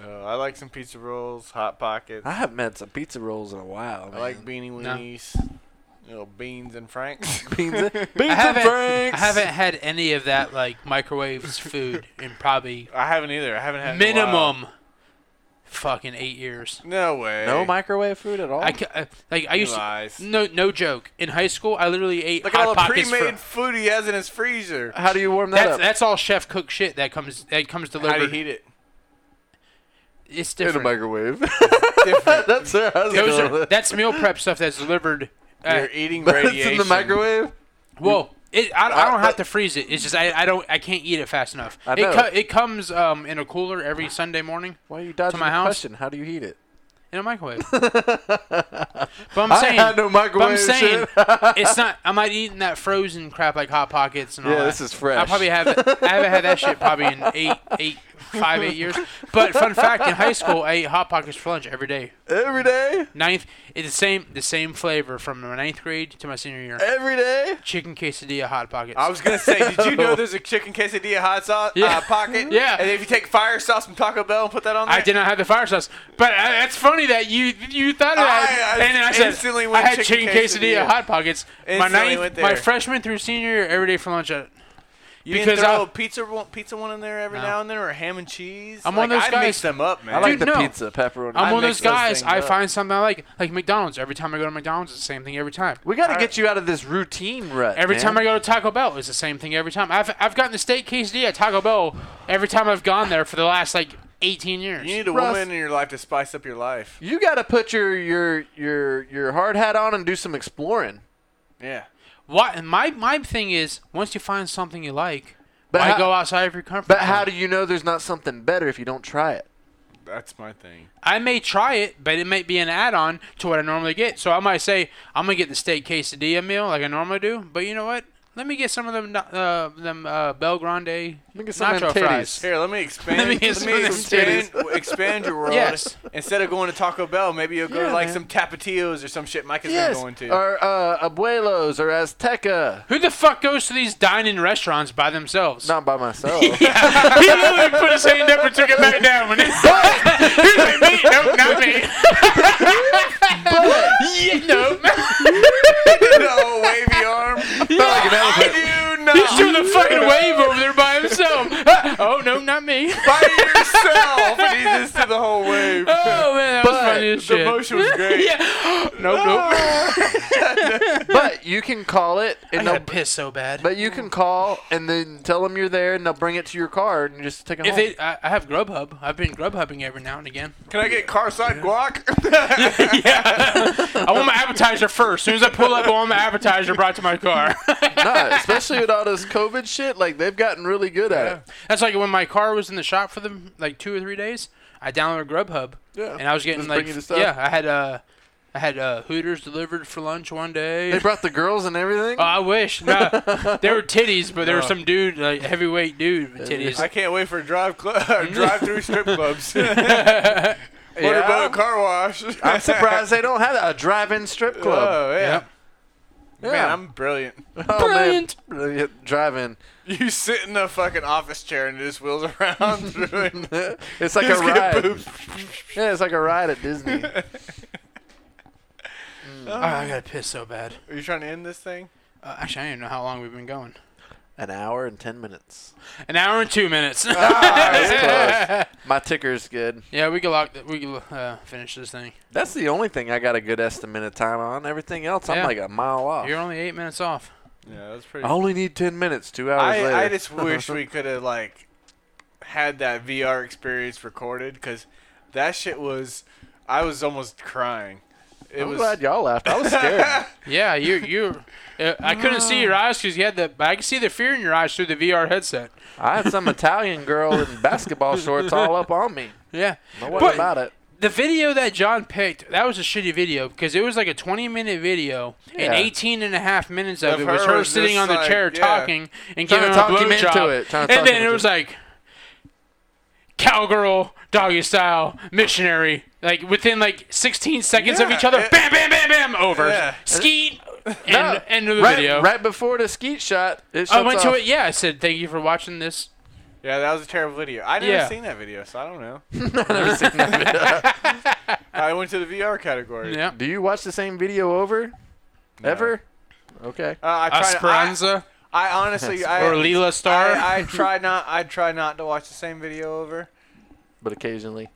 Speaker 1: Uh, I like some pizza rolls, hot pockets.
Speaker 3: I haven't had some pizza rolls in a while.
Speaker 1: I like
Speaker 3: beans.
Speaker 1: beanie
Speaker 2: No.
Speaker 1: weenies. Little beans and franks.
Speaker 3: beans and, beans
Speaker 2: I
Speaker 3: and
Speaker 2: haven't, I
Speaker 3: franks.
Speaker 2: haven't had any of that like microwave food in probably
Speaker 1: I haven't either. I haven't had it in a while.
Speaker 2: minimum fucking eight years.
Speaker 1: No way.
Speaker 3: No microwave food at all.
Speaker 2: I ca- uh, like I
Speaker 1: He
Speaker 2: used to-
Speaker 1: lies.
Speaker 2: no no joke. In high school, I literally ate
Speaker 1: Look at
Speaker 2: hot
Speaker 1: all the
Speaker 2: pockets for- Uh,
Speaker 1: pre-made food he has in his freezer.
Speaker 3: How do you warm that
Speaker 2: that's
Speaker 3: up?
Speaker 2: that's all chef cook shit that comes that comes
Speaker 1: How do you
Speaker 2: delivered.
Speaker 1: heat it?
Speaker 2: It's
Speaker 3: in a
Speaker 2: different.
Speaker 3: microwave.
Speaker 1: Different.
Speaker 3: that's it. How's it
Speaker 2: Those
Speaker 3: going?
Speaker 2: are, that's meal prep stuff that's delivered. Uh,
Speaker 1: You're eating
Speaker 3: But
Speaker 1: radiation.
Speaker 3: it's in the microwave.
Speaker 2: Whoa. It, I, I don't
Speaker 3: I-
Speaker 2: have to freeze it. It's just I, I don't I can't eat it fast enough.
Speaker 3: I
Speaker 2: It,
Speaker 3: know.
Speaker 2: co- it comes um, in a cooler every Sunday morning
Speaker 3: Why are you dodging
Speaker 2: my
Speaker 3: the
Speaker 2: house?
Speaker 3: question? How do you heat it?
Speaker 2: in a microwave. but I'm
Speaker 3: I
Speaker 2: saying,
Speaker 3: had no
Speaker 2: but I'm
Speaker 3: microwave
Speaker 2: saying
Speaker 3: shit.
Speaker 2: it's not. I'm not eating that frozen crap like hot pockets and all
Speaker 3: Yeah,
Speaker 2: that.
Speaker 3: this is fresh.
Speaker 2: I probably have I haven't had that shit probably in eight eight five eight years. But fun fact, in high school I ate hot pockets for lunch every day.
Speaker 3: every day.
Speaker 2: Ninth, it's the same the same flavor from my ninth grade to my senior year.
Speaker 3: Every day.
Speaker 2: Chicken quesadilla hot pockets.
Speaker 1: I was gonna say, did you know there's a chicken quesadilla hot sauce
Speaker 2: Yeah.
Speaker 1: uh, pocket?
Speaker 2: Yeah.
Speaker 1: And if you take fire sauce from Taco Bell and put that on there,
Speaker 2: I did not have the fire sauce, but uh, that's funny that you you thought of that,
Speaker 1: I- I
Speaker 2: and then I said
Speaker 1: instantly
Speaker 2: I
Speaker 1: went
Speaker 2: had
Speaker 1: chicken
Speaker 2: chicken
Speaker 1: quesadilla.
Speaker 2: quesadilla, hot pockets. My
Speaker 1: Instantly
Speaker 2: ninth,
Speaker 1: went
Speaker 2: my
Speaker 1: there.
Speaker 2: freshman through senior year, every day for lunch. uh, I,
Speaker 1: You didn't
Speaker 2: because
Speaker 1: throw
Speaker 2: I-
Speaker 1: a pizza one, pizza one in there every
Speaker 2: No.
Speaker 1: now and then, or ham and cheese.
Speaker 2: I'm
Speaker 1: like,
Speaker 2: one of those
Speaker 1: I
Speaker 2: guys-
Speaker 1: mix them up, man.
Speaker 3: I like
Speaker 2: Dude,
Speaker 3: the
Speaker 2: no.
Speaker 3: pizza, pepperoni.
Speaker 2: I'm
Speaker 1: I
Speaker 2: one of
Speaker 1: mix
Speaker 2: those
Speaker 1: those
Speaker 2: guys.
Speaker 1: things
Speaker 2: I
Speaker 1: up.
Speaker 2: find something I like, like McDonald's. Every time I go to McDonald's, it's the same thing every time.
Speaker 3: we got to
Speaker 1: I-
Speaker 3: get you out of this routine rut.
Speaker 2: Every
Speaker 3: man.
Speaker 2: time I go to Taco Bell, it's the same thing every time. I've I've gotten the steak quesadilla at Taco Bell every time I've gone there for the last like 18 years.
Speaker 1: you need a
Speaker 3: Russ-
Speaker 1: woman in your life to spice up your life.
Speaker 3: you got to put your your your your hard hat on and do some exploring.
Speaker 1: Yeah.
Speaker 2: What and my my thing is, once you find something you like,
Speaker 3: But
Speaker 2: why
Speaker 3: how-
Speaker 2: go outside of your comfort?
Speaker 3: But
Speaker 2: zone?
Speaker 3: how do you know there's not something better if you don't try it?
Speaker 1: That's my thing.
Speaker 2: I may try it, but it might be an add-on to what I normally get. So I might say I'm gonna get the steak quesadilla meal like I normally do. But you know what? Let me get some of them no- uh, them uh, Bel Grande
Speaker 3: Let me get some of them
Speaker 2: nacho
Speaker 3: titties.
Speaker 2: fries.
Speaker 1: Here, let me expand.
Speaker 2: Let me
Speaker 1: let me,
Speaker 2: get some of them
Speaker 1: expand, expand your world.
Speaker 2: Yes.
Speaker 1: Instead of going to Taco Bell, maybe you'll go
Speaker 3: Yeah,
Speaker 1: to like
Speaker 3: man.
Speaker 1: some Tapatios or some shit Mike is
Speaker 3: yes,
Speaker 1: going to.
Speaker 3: or uh, abuelos or Azteca.
Speaker 2: Who the fuck goes to these dining restaurants by themselves?
Speaker 3: Not by myself.
Speaker 2: Yeah, he literally put his hand up and took it back down. When it's he's like, me, nope, not me. yeah, no,
Speaker 1: no wavy arm.
Speaker 3: like an elephant.
Speaker 1: I do not.
Speaker 2: he's doing the fucking wave over there by himself. oh no, not me.
Speaker 1: by yourself. Jesus to the whole wave.
Speaker 2: Oh man, that was
Speaker 3: But
Speaker 2: funny
Speaker 1: the
Speaker 2: as shit.
Speaker 1: motion was great.
Speaker 2: yeah. Nope, nope.
Speaker 3: Ah. but you can call it, and they'll,
Speaker 2: piss so bad.
Speaker 3: but you can call and then tell them you're there, and they'll bring it to your car, and you just take it
Speaker 2: if
Speaker 3: home.
Speaker 2: they, I, I have Grubhub. I've been Grubhubbing every now and again.
Speaker 1: Can I get carside guac?
Speaker 2: I want my appetizer first. As soon as I pull up, I want my appetizer brought to my car.
Speaker 3: nah, especially with all this COVID shit, like they've gotten really good at it.
Speaker 2: That's like when my car was in the shop for them, like two or three days. I downloaded Grubhub.
Speaker 3: Yeah,
Speaker 2: And I was getting
Speaker 3: just bring
Speaker 2: like,
Speaker 3: you the stuff.
Speaker 2: yeah, I had uh, I had uh, Hooters delivered for lunch one day.
Speaker 3: They brought the girls and everything.
Speaker 2: Oh, I wish. Nah, there were titties, but
Speaker 3: Oh.
Speaker 2: there was some dude, like heavyweight dude with titties.
Speaker 1: I can't wait for drive cl- drive through strip clubs. What about a car wash?
Speaker 3: I'm surprised they don't have that. a drive-in strip club.
Speaker 1: Oh yeah.
Speaker 2: Yep.
Speaker 1: Man, I'm brilliant.
Speaker 3: Oh, man.
Speaker 2: Brilliant.
Speaker 3: Brilliant drive-in.
Speaker 1: You sit in a fucking office chair and it just wheels around through it.
Speaker 3: It's like a
Speaker 1: Just get
Speaker 3: ride.
Speaker 1: boobs.
Speaker 3: Yeah, it's like a ride at Disney.
Speaker 2: Oh, I gotta piss so bad.
Speaker 1: Are you trying to end this thing?
Speaker 2: Uh, actually, I don't even know how long we've been going.
Speaker 3: An hour and ten minutes.
Speaker 2: An hour and two minutes.
Speaker 3: Ah, That's close. My ticker's good.
Speaker 2: yeah, we can lock. th- We can uh, finish this thing.
Speaker 3: That's the only thing I got a good estimate of time on. Everything else, I'm
Speaker 2: Yeah.
Speaker 3: like a mile off.
Speaker 2: You're only eight minutes off.
Speaker 1: Yeah, that's pretty.
Speaker 3: I only need ten minutes. Two hours later.
Speaker 1: I, I just wish we could have like had that VR experience recorded because that shit was. I was almost crying. It
Speaker 3: I'm
Speaker 1: was.
Speaker 3: glad y'all laughed. I was scared.
Speaker 2: Yeah, you you. Uh, I couldn't see your
Speaker 3: Ah.
Speaker 2: eyes because you had the. But I could see the fear in your eyes through the VR headset.
Speaker 3: I had some Italian girl in basketball shorts all up on me.
Speaker 2: Yeah,
Speaker 3: No what
Speaker 2: But-
Speaker 3: about it?
Speaker 2: the video that John picked that was a shitty video because it was like a 20 minute video
Speaker 3: Yeah.
Speaker 2: and 18 and a half minutes of,
Speaker 1: Of
Speaker 2: it was
Speaker 1: her
Speaker 2: her
Speaker 1: just
Speaker 2: sitting on the
Speaker 1: like-
Speaker 2: chair
Speaker 1: yeah.
Speaker 2: talking and
Speaker 3: Trying
Speaker 2: giving
Speaker 3: to
Speaker 2: him a
Speaker 3: talk him into
Speaker 2: blowjob.
Speaker 3: it, trying to talk
Speaker 2: And
Speaker 3: him
Speaker 2: then it
Speaker 3: into
Speaker 2: was
Speaker 3: it.
Speaker 2: like cowgirl doggy style missionary like within like 16 seconds of
Speaker 1: Yeah,
Speaker 2: each other
Speaker 1: it-
Speaker 2: bam bam bam bam over
Speaker 1: Yeah.
Speaker 2: skeet and
Speaker 3: No,
Speaker 2: end of the
Speaker 3: right,
Speaker 2: video
Speaker 3: right before the skeet shot, it
Speaker 2: I
Speaker 3: shuts
Speaker 2: went
Speaker 3: off.
Speaker 2: to it yeah I said thank you for watching this
Speaker 1: yeah, that was a terrible video. I never
Speaker 2: Yeah.
Speaker 1: seen that video, so I don't know.
Speaker 3: Never seen that video.
Speaker 1: I went to the VR category.
Speaker 2: yeah
Speaker 3: Do you watch the same video over? Ever? Okay.
Speaker 1: Uh, I tried.
Speaker 2: Esperanza
Speaker 1: I, I honestly. I,
Speaker 2: or Leela Star
Speaker 1: I, I try not. I try not to watch the same video over.
Speaker 3: But occasionally.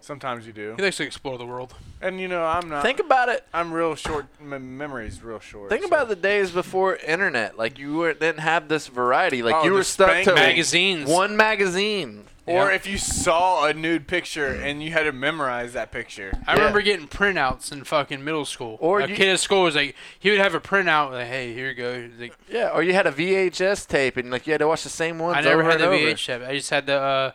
Speaker 1: Sometimes you do.
Speaker 2: He likes to explore the world.
Speaker 1: And you know,
Speaker 2: Uh,
Speaker 1: I'm not.
Speaker 3: Think about it.
Speaker 1: I'm real short. My memory's real short.
Speaker 3: Think
Speaker 1: so-
Speaker 3: about the days before internet. Like you weren't, didn't have this variety. Like
Speaker 1: Oh,
Speaker 3: you were
Speaker 1: the
Speaker 3: stuck
Speaker 1: spank
Speaker 3: to
Speaker 2: magazines.
Speaker 3: one magazine.
Speaker 1: Or
Speaker 2: Yeah.
Speaker 1: if you saw a nude picture and you had to memorize that picture.
Speaker 2: I
Speaker 3: Yeah.
Speaker 2: remember getting printouts in fucking middle school.
Speaker 3: Or
Speaker 2: a
Speaker 3: you-
Speaker 2: kid at school was like, he would have a printout like, "Hey, here you go." He's Like,
Speaker 3: Yeah, or you had a VHS tape and like you had to watch the same ones
Speaker 2: I never
Speaker 3: over
Speaker 2: had the
Speaker 3: and over.
Speaker 2: VH tape. I just had the uh,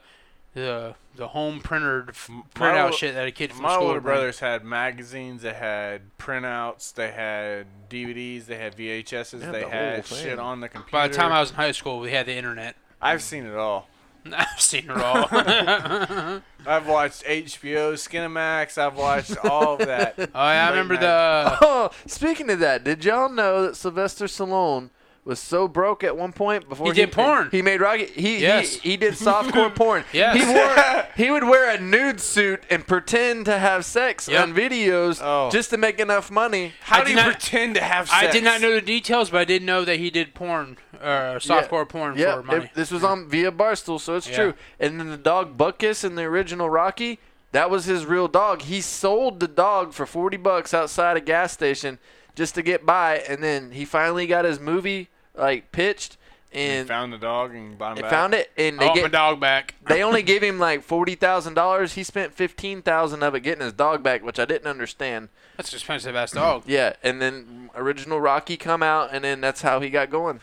Speaker 2: the the home printer
Speaker 1: My
Speaker 2: printout
Speaker 1: ol-
Speaker 2: shit that a kid from
Speaker 1: My
Speaker 2: school.
Speaker 1: older
Speaker 2: would bring.
Speaker 1: brothers had magazines. They had printouts. They had DVDs. They had VHSs.
Speaker 3: Yeah,
Speaker 1: they
Speaker 3: the whole
Speaker 1: had
Speaker 3: thing.
Speaker 1: shit on the computer.
Speaker 2: By the time I was in high school, we had the internet.
Speaker 1: I've seen it all.
Speaker 2: I've seen it all. Oh,
Speaker 1: I've watched HBO, Skinamax. I've watched all of that.
Speaker 2: Oh, yeah, I
Speaker 1: Late
Speaker 2: remember
Speaker 1: night.
Speaker 2: the.
Speaker 3: Oh, speaking of that, did y'all know that Sylvester Stallone was so broke at one point before
Speaker 2: He did porn.
Speaker 3: He made Rocky. He
Speaker 2: Yes.
Speaker 3: he, he did softcore porn.
Speaker 2: Yes.
Speaker 3: He wore he would wear a nude suit and pretend to have sex
Speaker 2: Yep.
Speaker 3: on videos
Speaker 1: Oh.
Speaker 3: just to make enough money.
Speaker 1: How
Speaker 2: I
Speaker 1: do
Speaker 2: did
Speaker 1: you
Speaker 2: not-
Speaker 1: pretend to have sex?
Speaker 2: I did not know the details, but I did know that he did porn, uh, softcore porn
Speaker 3: Yeah,
Speaker 2: for money.
Speaker 3: it- this was on via Barstool, so it's
Speaker 2: Yeah.
Speaker 3: true. And then the dog Buckus in the original Rocky, that was his real dog. He sold the dog for forty bucks outside a gas station just to get by, and then he finally got his movie like pitched
Speaker 1: You
Speaker 3: and found,
Speaker 1: found the dog and bought him back.
Speaker 3: it. And
Speaker 2: I
Speaker 3: they
Speaker 2: want my
Speaker 3: get,
Speaker 2: dog back.
Speaker 3: they only gave him like forty thousand dollars. He spent fifteen thousand of it getting his dog back, which I didn't understand.
Speaker 2: That's an expensive ass dog.
Speaker 3: Yeah, and then original Rocky come out, and then that's how he got going.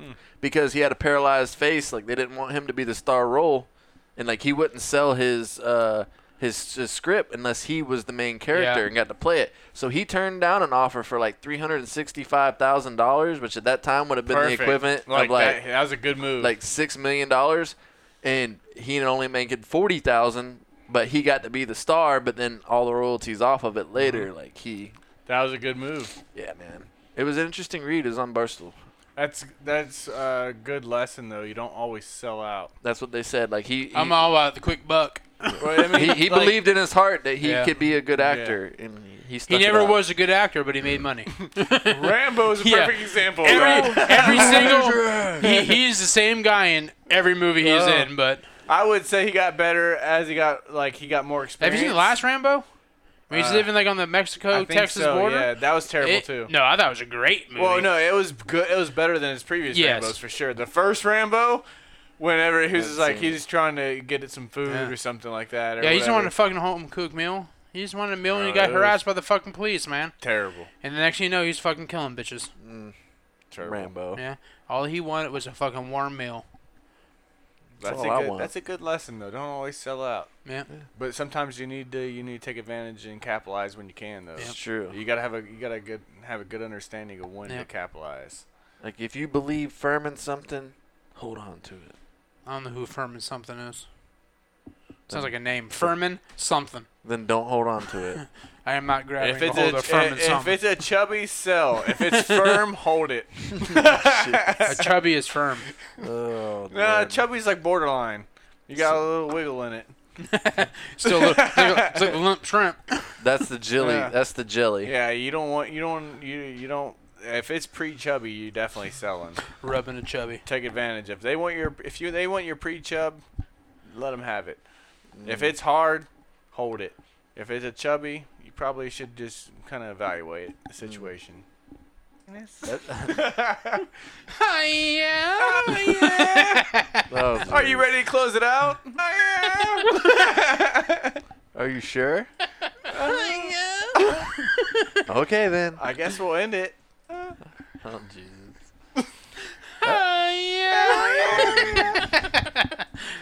Speaker 1: Hmm.
Speaker 3: Because he had a paralyzed face, like they didn't want him to be the star role, and like he wouldn't sell his uh, his, his script unless he was the main character
Speaker 2: Yeah.
Speaker 3: and got to play it. So he turned down an offer for like three hundred and sixty five thousand dollars, which at that time would have been
Speaker 1: Perfect.
Speaker 3: the equivalent
Speaker 1: like
Speaker 3: of like
Speaker 1: that, that was a good move.
Speaker 3: like six million dollars, and he had only making forty thousand. But he got to be the star, but then all the royalties off of it later,
Speaker 1: Mm-hmm.
Speaker 3: like he
Speaker 1: that was a good move.
Speaker 3: yeah, man. It was an interesting read. It was on Barstool.
Speaker 1: That's that's a good lesson though. You don't always sell out.
Speaker 3: That's what they said. Like he, he,
Speaker 2: I'm all about the quick buck.
Speaker 1: Well, I mean,
Speaker 3: he, he
Speaker 1: like,
Speaker 3: believed in his heart that he
Speaker 2: Yeah.
Speaker 3: could be a good actor, and he
Speaker 2: He
Speaker 3: stuck it
Speaker 2: never
Speaker 3: out.
Speaker 2: was a good actor, but he made money.
Speaker 1: Rambo's a
Speaker 2: Yeah.
Speaker 1: perfect example.
Speaker 2: every
Speaker 1: right?
Speaker 2: every single he, he's the same guy in every movie he's
Speaker 1: Oh.
Speaker 2: in. But
Speaker 1: I would say he got better as he got like he got more
Speaker 2: have
Speaker 1: experience.
Speaker 2: you seen the last Rambo? When he's
Speaker 1: Uh,
Speaker 2: living like on the
Speaker 1: I
Speaker 2: Mexico
Speaker 1: think
Speaker 2: Texas
Speaker 1: so,
Speaker 2: border.
Speaker 1: Yeah, that was terrible
Speaker 2: It-
Speaker 1: too.
Speaker 2: No, I thought it was a great movie.
Speaker 1: Well, no, it was good. It was better than his previous
Speaker 2: Yes.
Speaker 1: Rambo's for sure. The first Rambo, whenever he was just like
Speaker 3: seen
Speaker 1: he's trying to get at some food
Speaker 2: Yeah.
Speaker 1: or something like that. Or
Speaker 2: Yeah, he just wanted
Speaker 1: whatever.
Speaker 2: a fucking home cooked meal. He just wanted a meal and he
Speaker 1: Bro,
Speaker 2: got
Speaker 1: it was-
Speaker 2: harassed by the fucking police, man.
Speaker 1: terrible.
Speaker 2: And the next thing you know, he's fucking killing bitches.
Speaker 1: Terrible.
Speaker 3: Rambo.
Speaker 2: Yeah. All he wanted was a fucking warm meal.
Speaker 1: That's,
Speaker 3: all
Speaker 1: a
Speaker 3: I
Speaker 1: good,
Speaker 3: want.
Speaker 1: that's a good lesson though. Don't always sell out.
Speaker 2: Yeah.
Speaker 1: But sometimes you need to you need to take advantage and capitalize when you can though.
Speaker 2: Yeah.
Speaker 3: It's true.
Speaker 1: You gotta have a you gotta good have a good understanding of when
Speaker 2: Yeah.
Speaker 1: to capitalize.
Speaker 3: Like if you believe firm in something, hold on to it.
Speaker 2: I don't know who Furman something is. Sounds like a name. Furman something.
Speaker 3: Then don't hold on to it.
Speaker 2: I am not grabbing
Speaker 1: If it's
Speaker 2: hold
Speaker 1: a
Speaker 2: of Furman
Speaker 1: if
Speaker 2: something.
Speaker 1: it's a chubby sell, if it's firm, hold it.
Speaker 2: a chubby is firm.
Speaker 3: oh,
Speaker 1: Nah,
Speaker 3: Lord.
Speaker 1: chubby's like borderline. You got a little wiggle in it.
Speaker 2: Still look, it's like it's like a limp shrimp.
Speaker 3: that's the jelly.
Speaker 1: Yeah.
Speaker 3: That's the jelly.
Speaker 1: Yeah, you don't want you don't you you don't. If it's pre-chubby, you definitely selling.
Speaker 2: Rubbing a chubby.
Speaker 1: Take advantage. If they want your if you they want your pre-chub, let them have it. If it's hard, hold it. If it's a chubby, you probably should just kind of evaluate the situation.
Speaker 3: Oh,
Speaker 1: Are you
Speaker 3: geez.
Speaker 1: ready to close it out? I am.
Speaker 3: Are you sure? okay then.
Speaker 1: I guess we'll end it.
Speaker 3: Oh Jesus.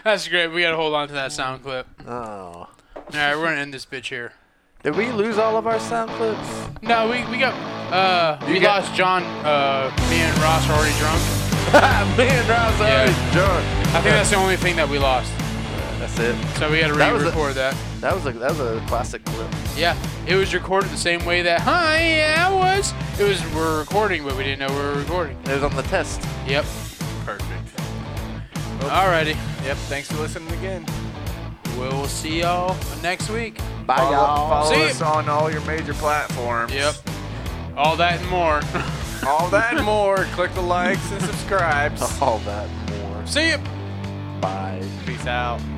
Speaker 2: That's great. We gotta hold on to that sound clip.
Speaker 3: Oh.
Speaker 2: All right, we're gonna end this bitch here.
Speaker 3: Did we lose all of our sound clips?
Speaker 2: No, we, we got uh we
Speaker 3: got-
Speaker 2: lost John. Uh, me and Ross are already drunk.
Speaker 1: Ah,
Speaker 3: Me and Ross are
Speaker 2: Yeah.
Speaker 3: already drunk.
Speaker 2: I think that's the only thing that we lost.
Speaker 3: That's it.
Speaker 2: So we gotta
Speaker 3: That was a-
Speaker 2: re-record that.
Speaker 3: That was a that was a classic clip.
Speaker 2: Yeah, it was recorded the same way that hi yeah was. It was we're recording, but we didn't know we were recording.
Speaker 3: It was on the test.
Speaker 2: Yep.
Speaker 1: Perfect.
Speaker 2: Alrighty.
Speaker 1: Yep. Thanks for listening again.
Speaker 2: We'll see y'all next week.
Speaker 3: Bye
Speaker 1: Follow,
Speaker 3: y'all.
Speaker 1: follow
Speaker 2: See
Speaker 1: us
Speaker 2: ya.
Speaker 1: on all your major platforms.
Speaker 2: Yep. All that and more.
Speaker 1: All that and more. Click the likes and subscribes.
Speaker 3: All that and more.
Speaker 2: see ya.
Speaker 3: Bye.
Speaker 1: Peace out.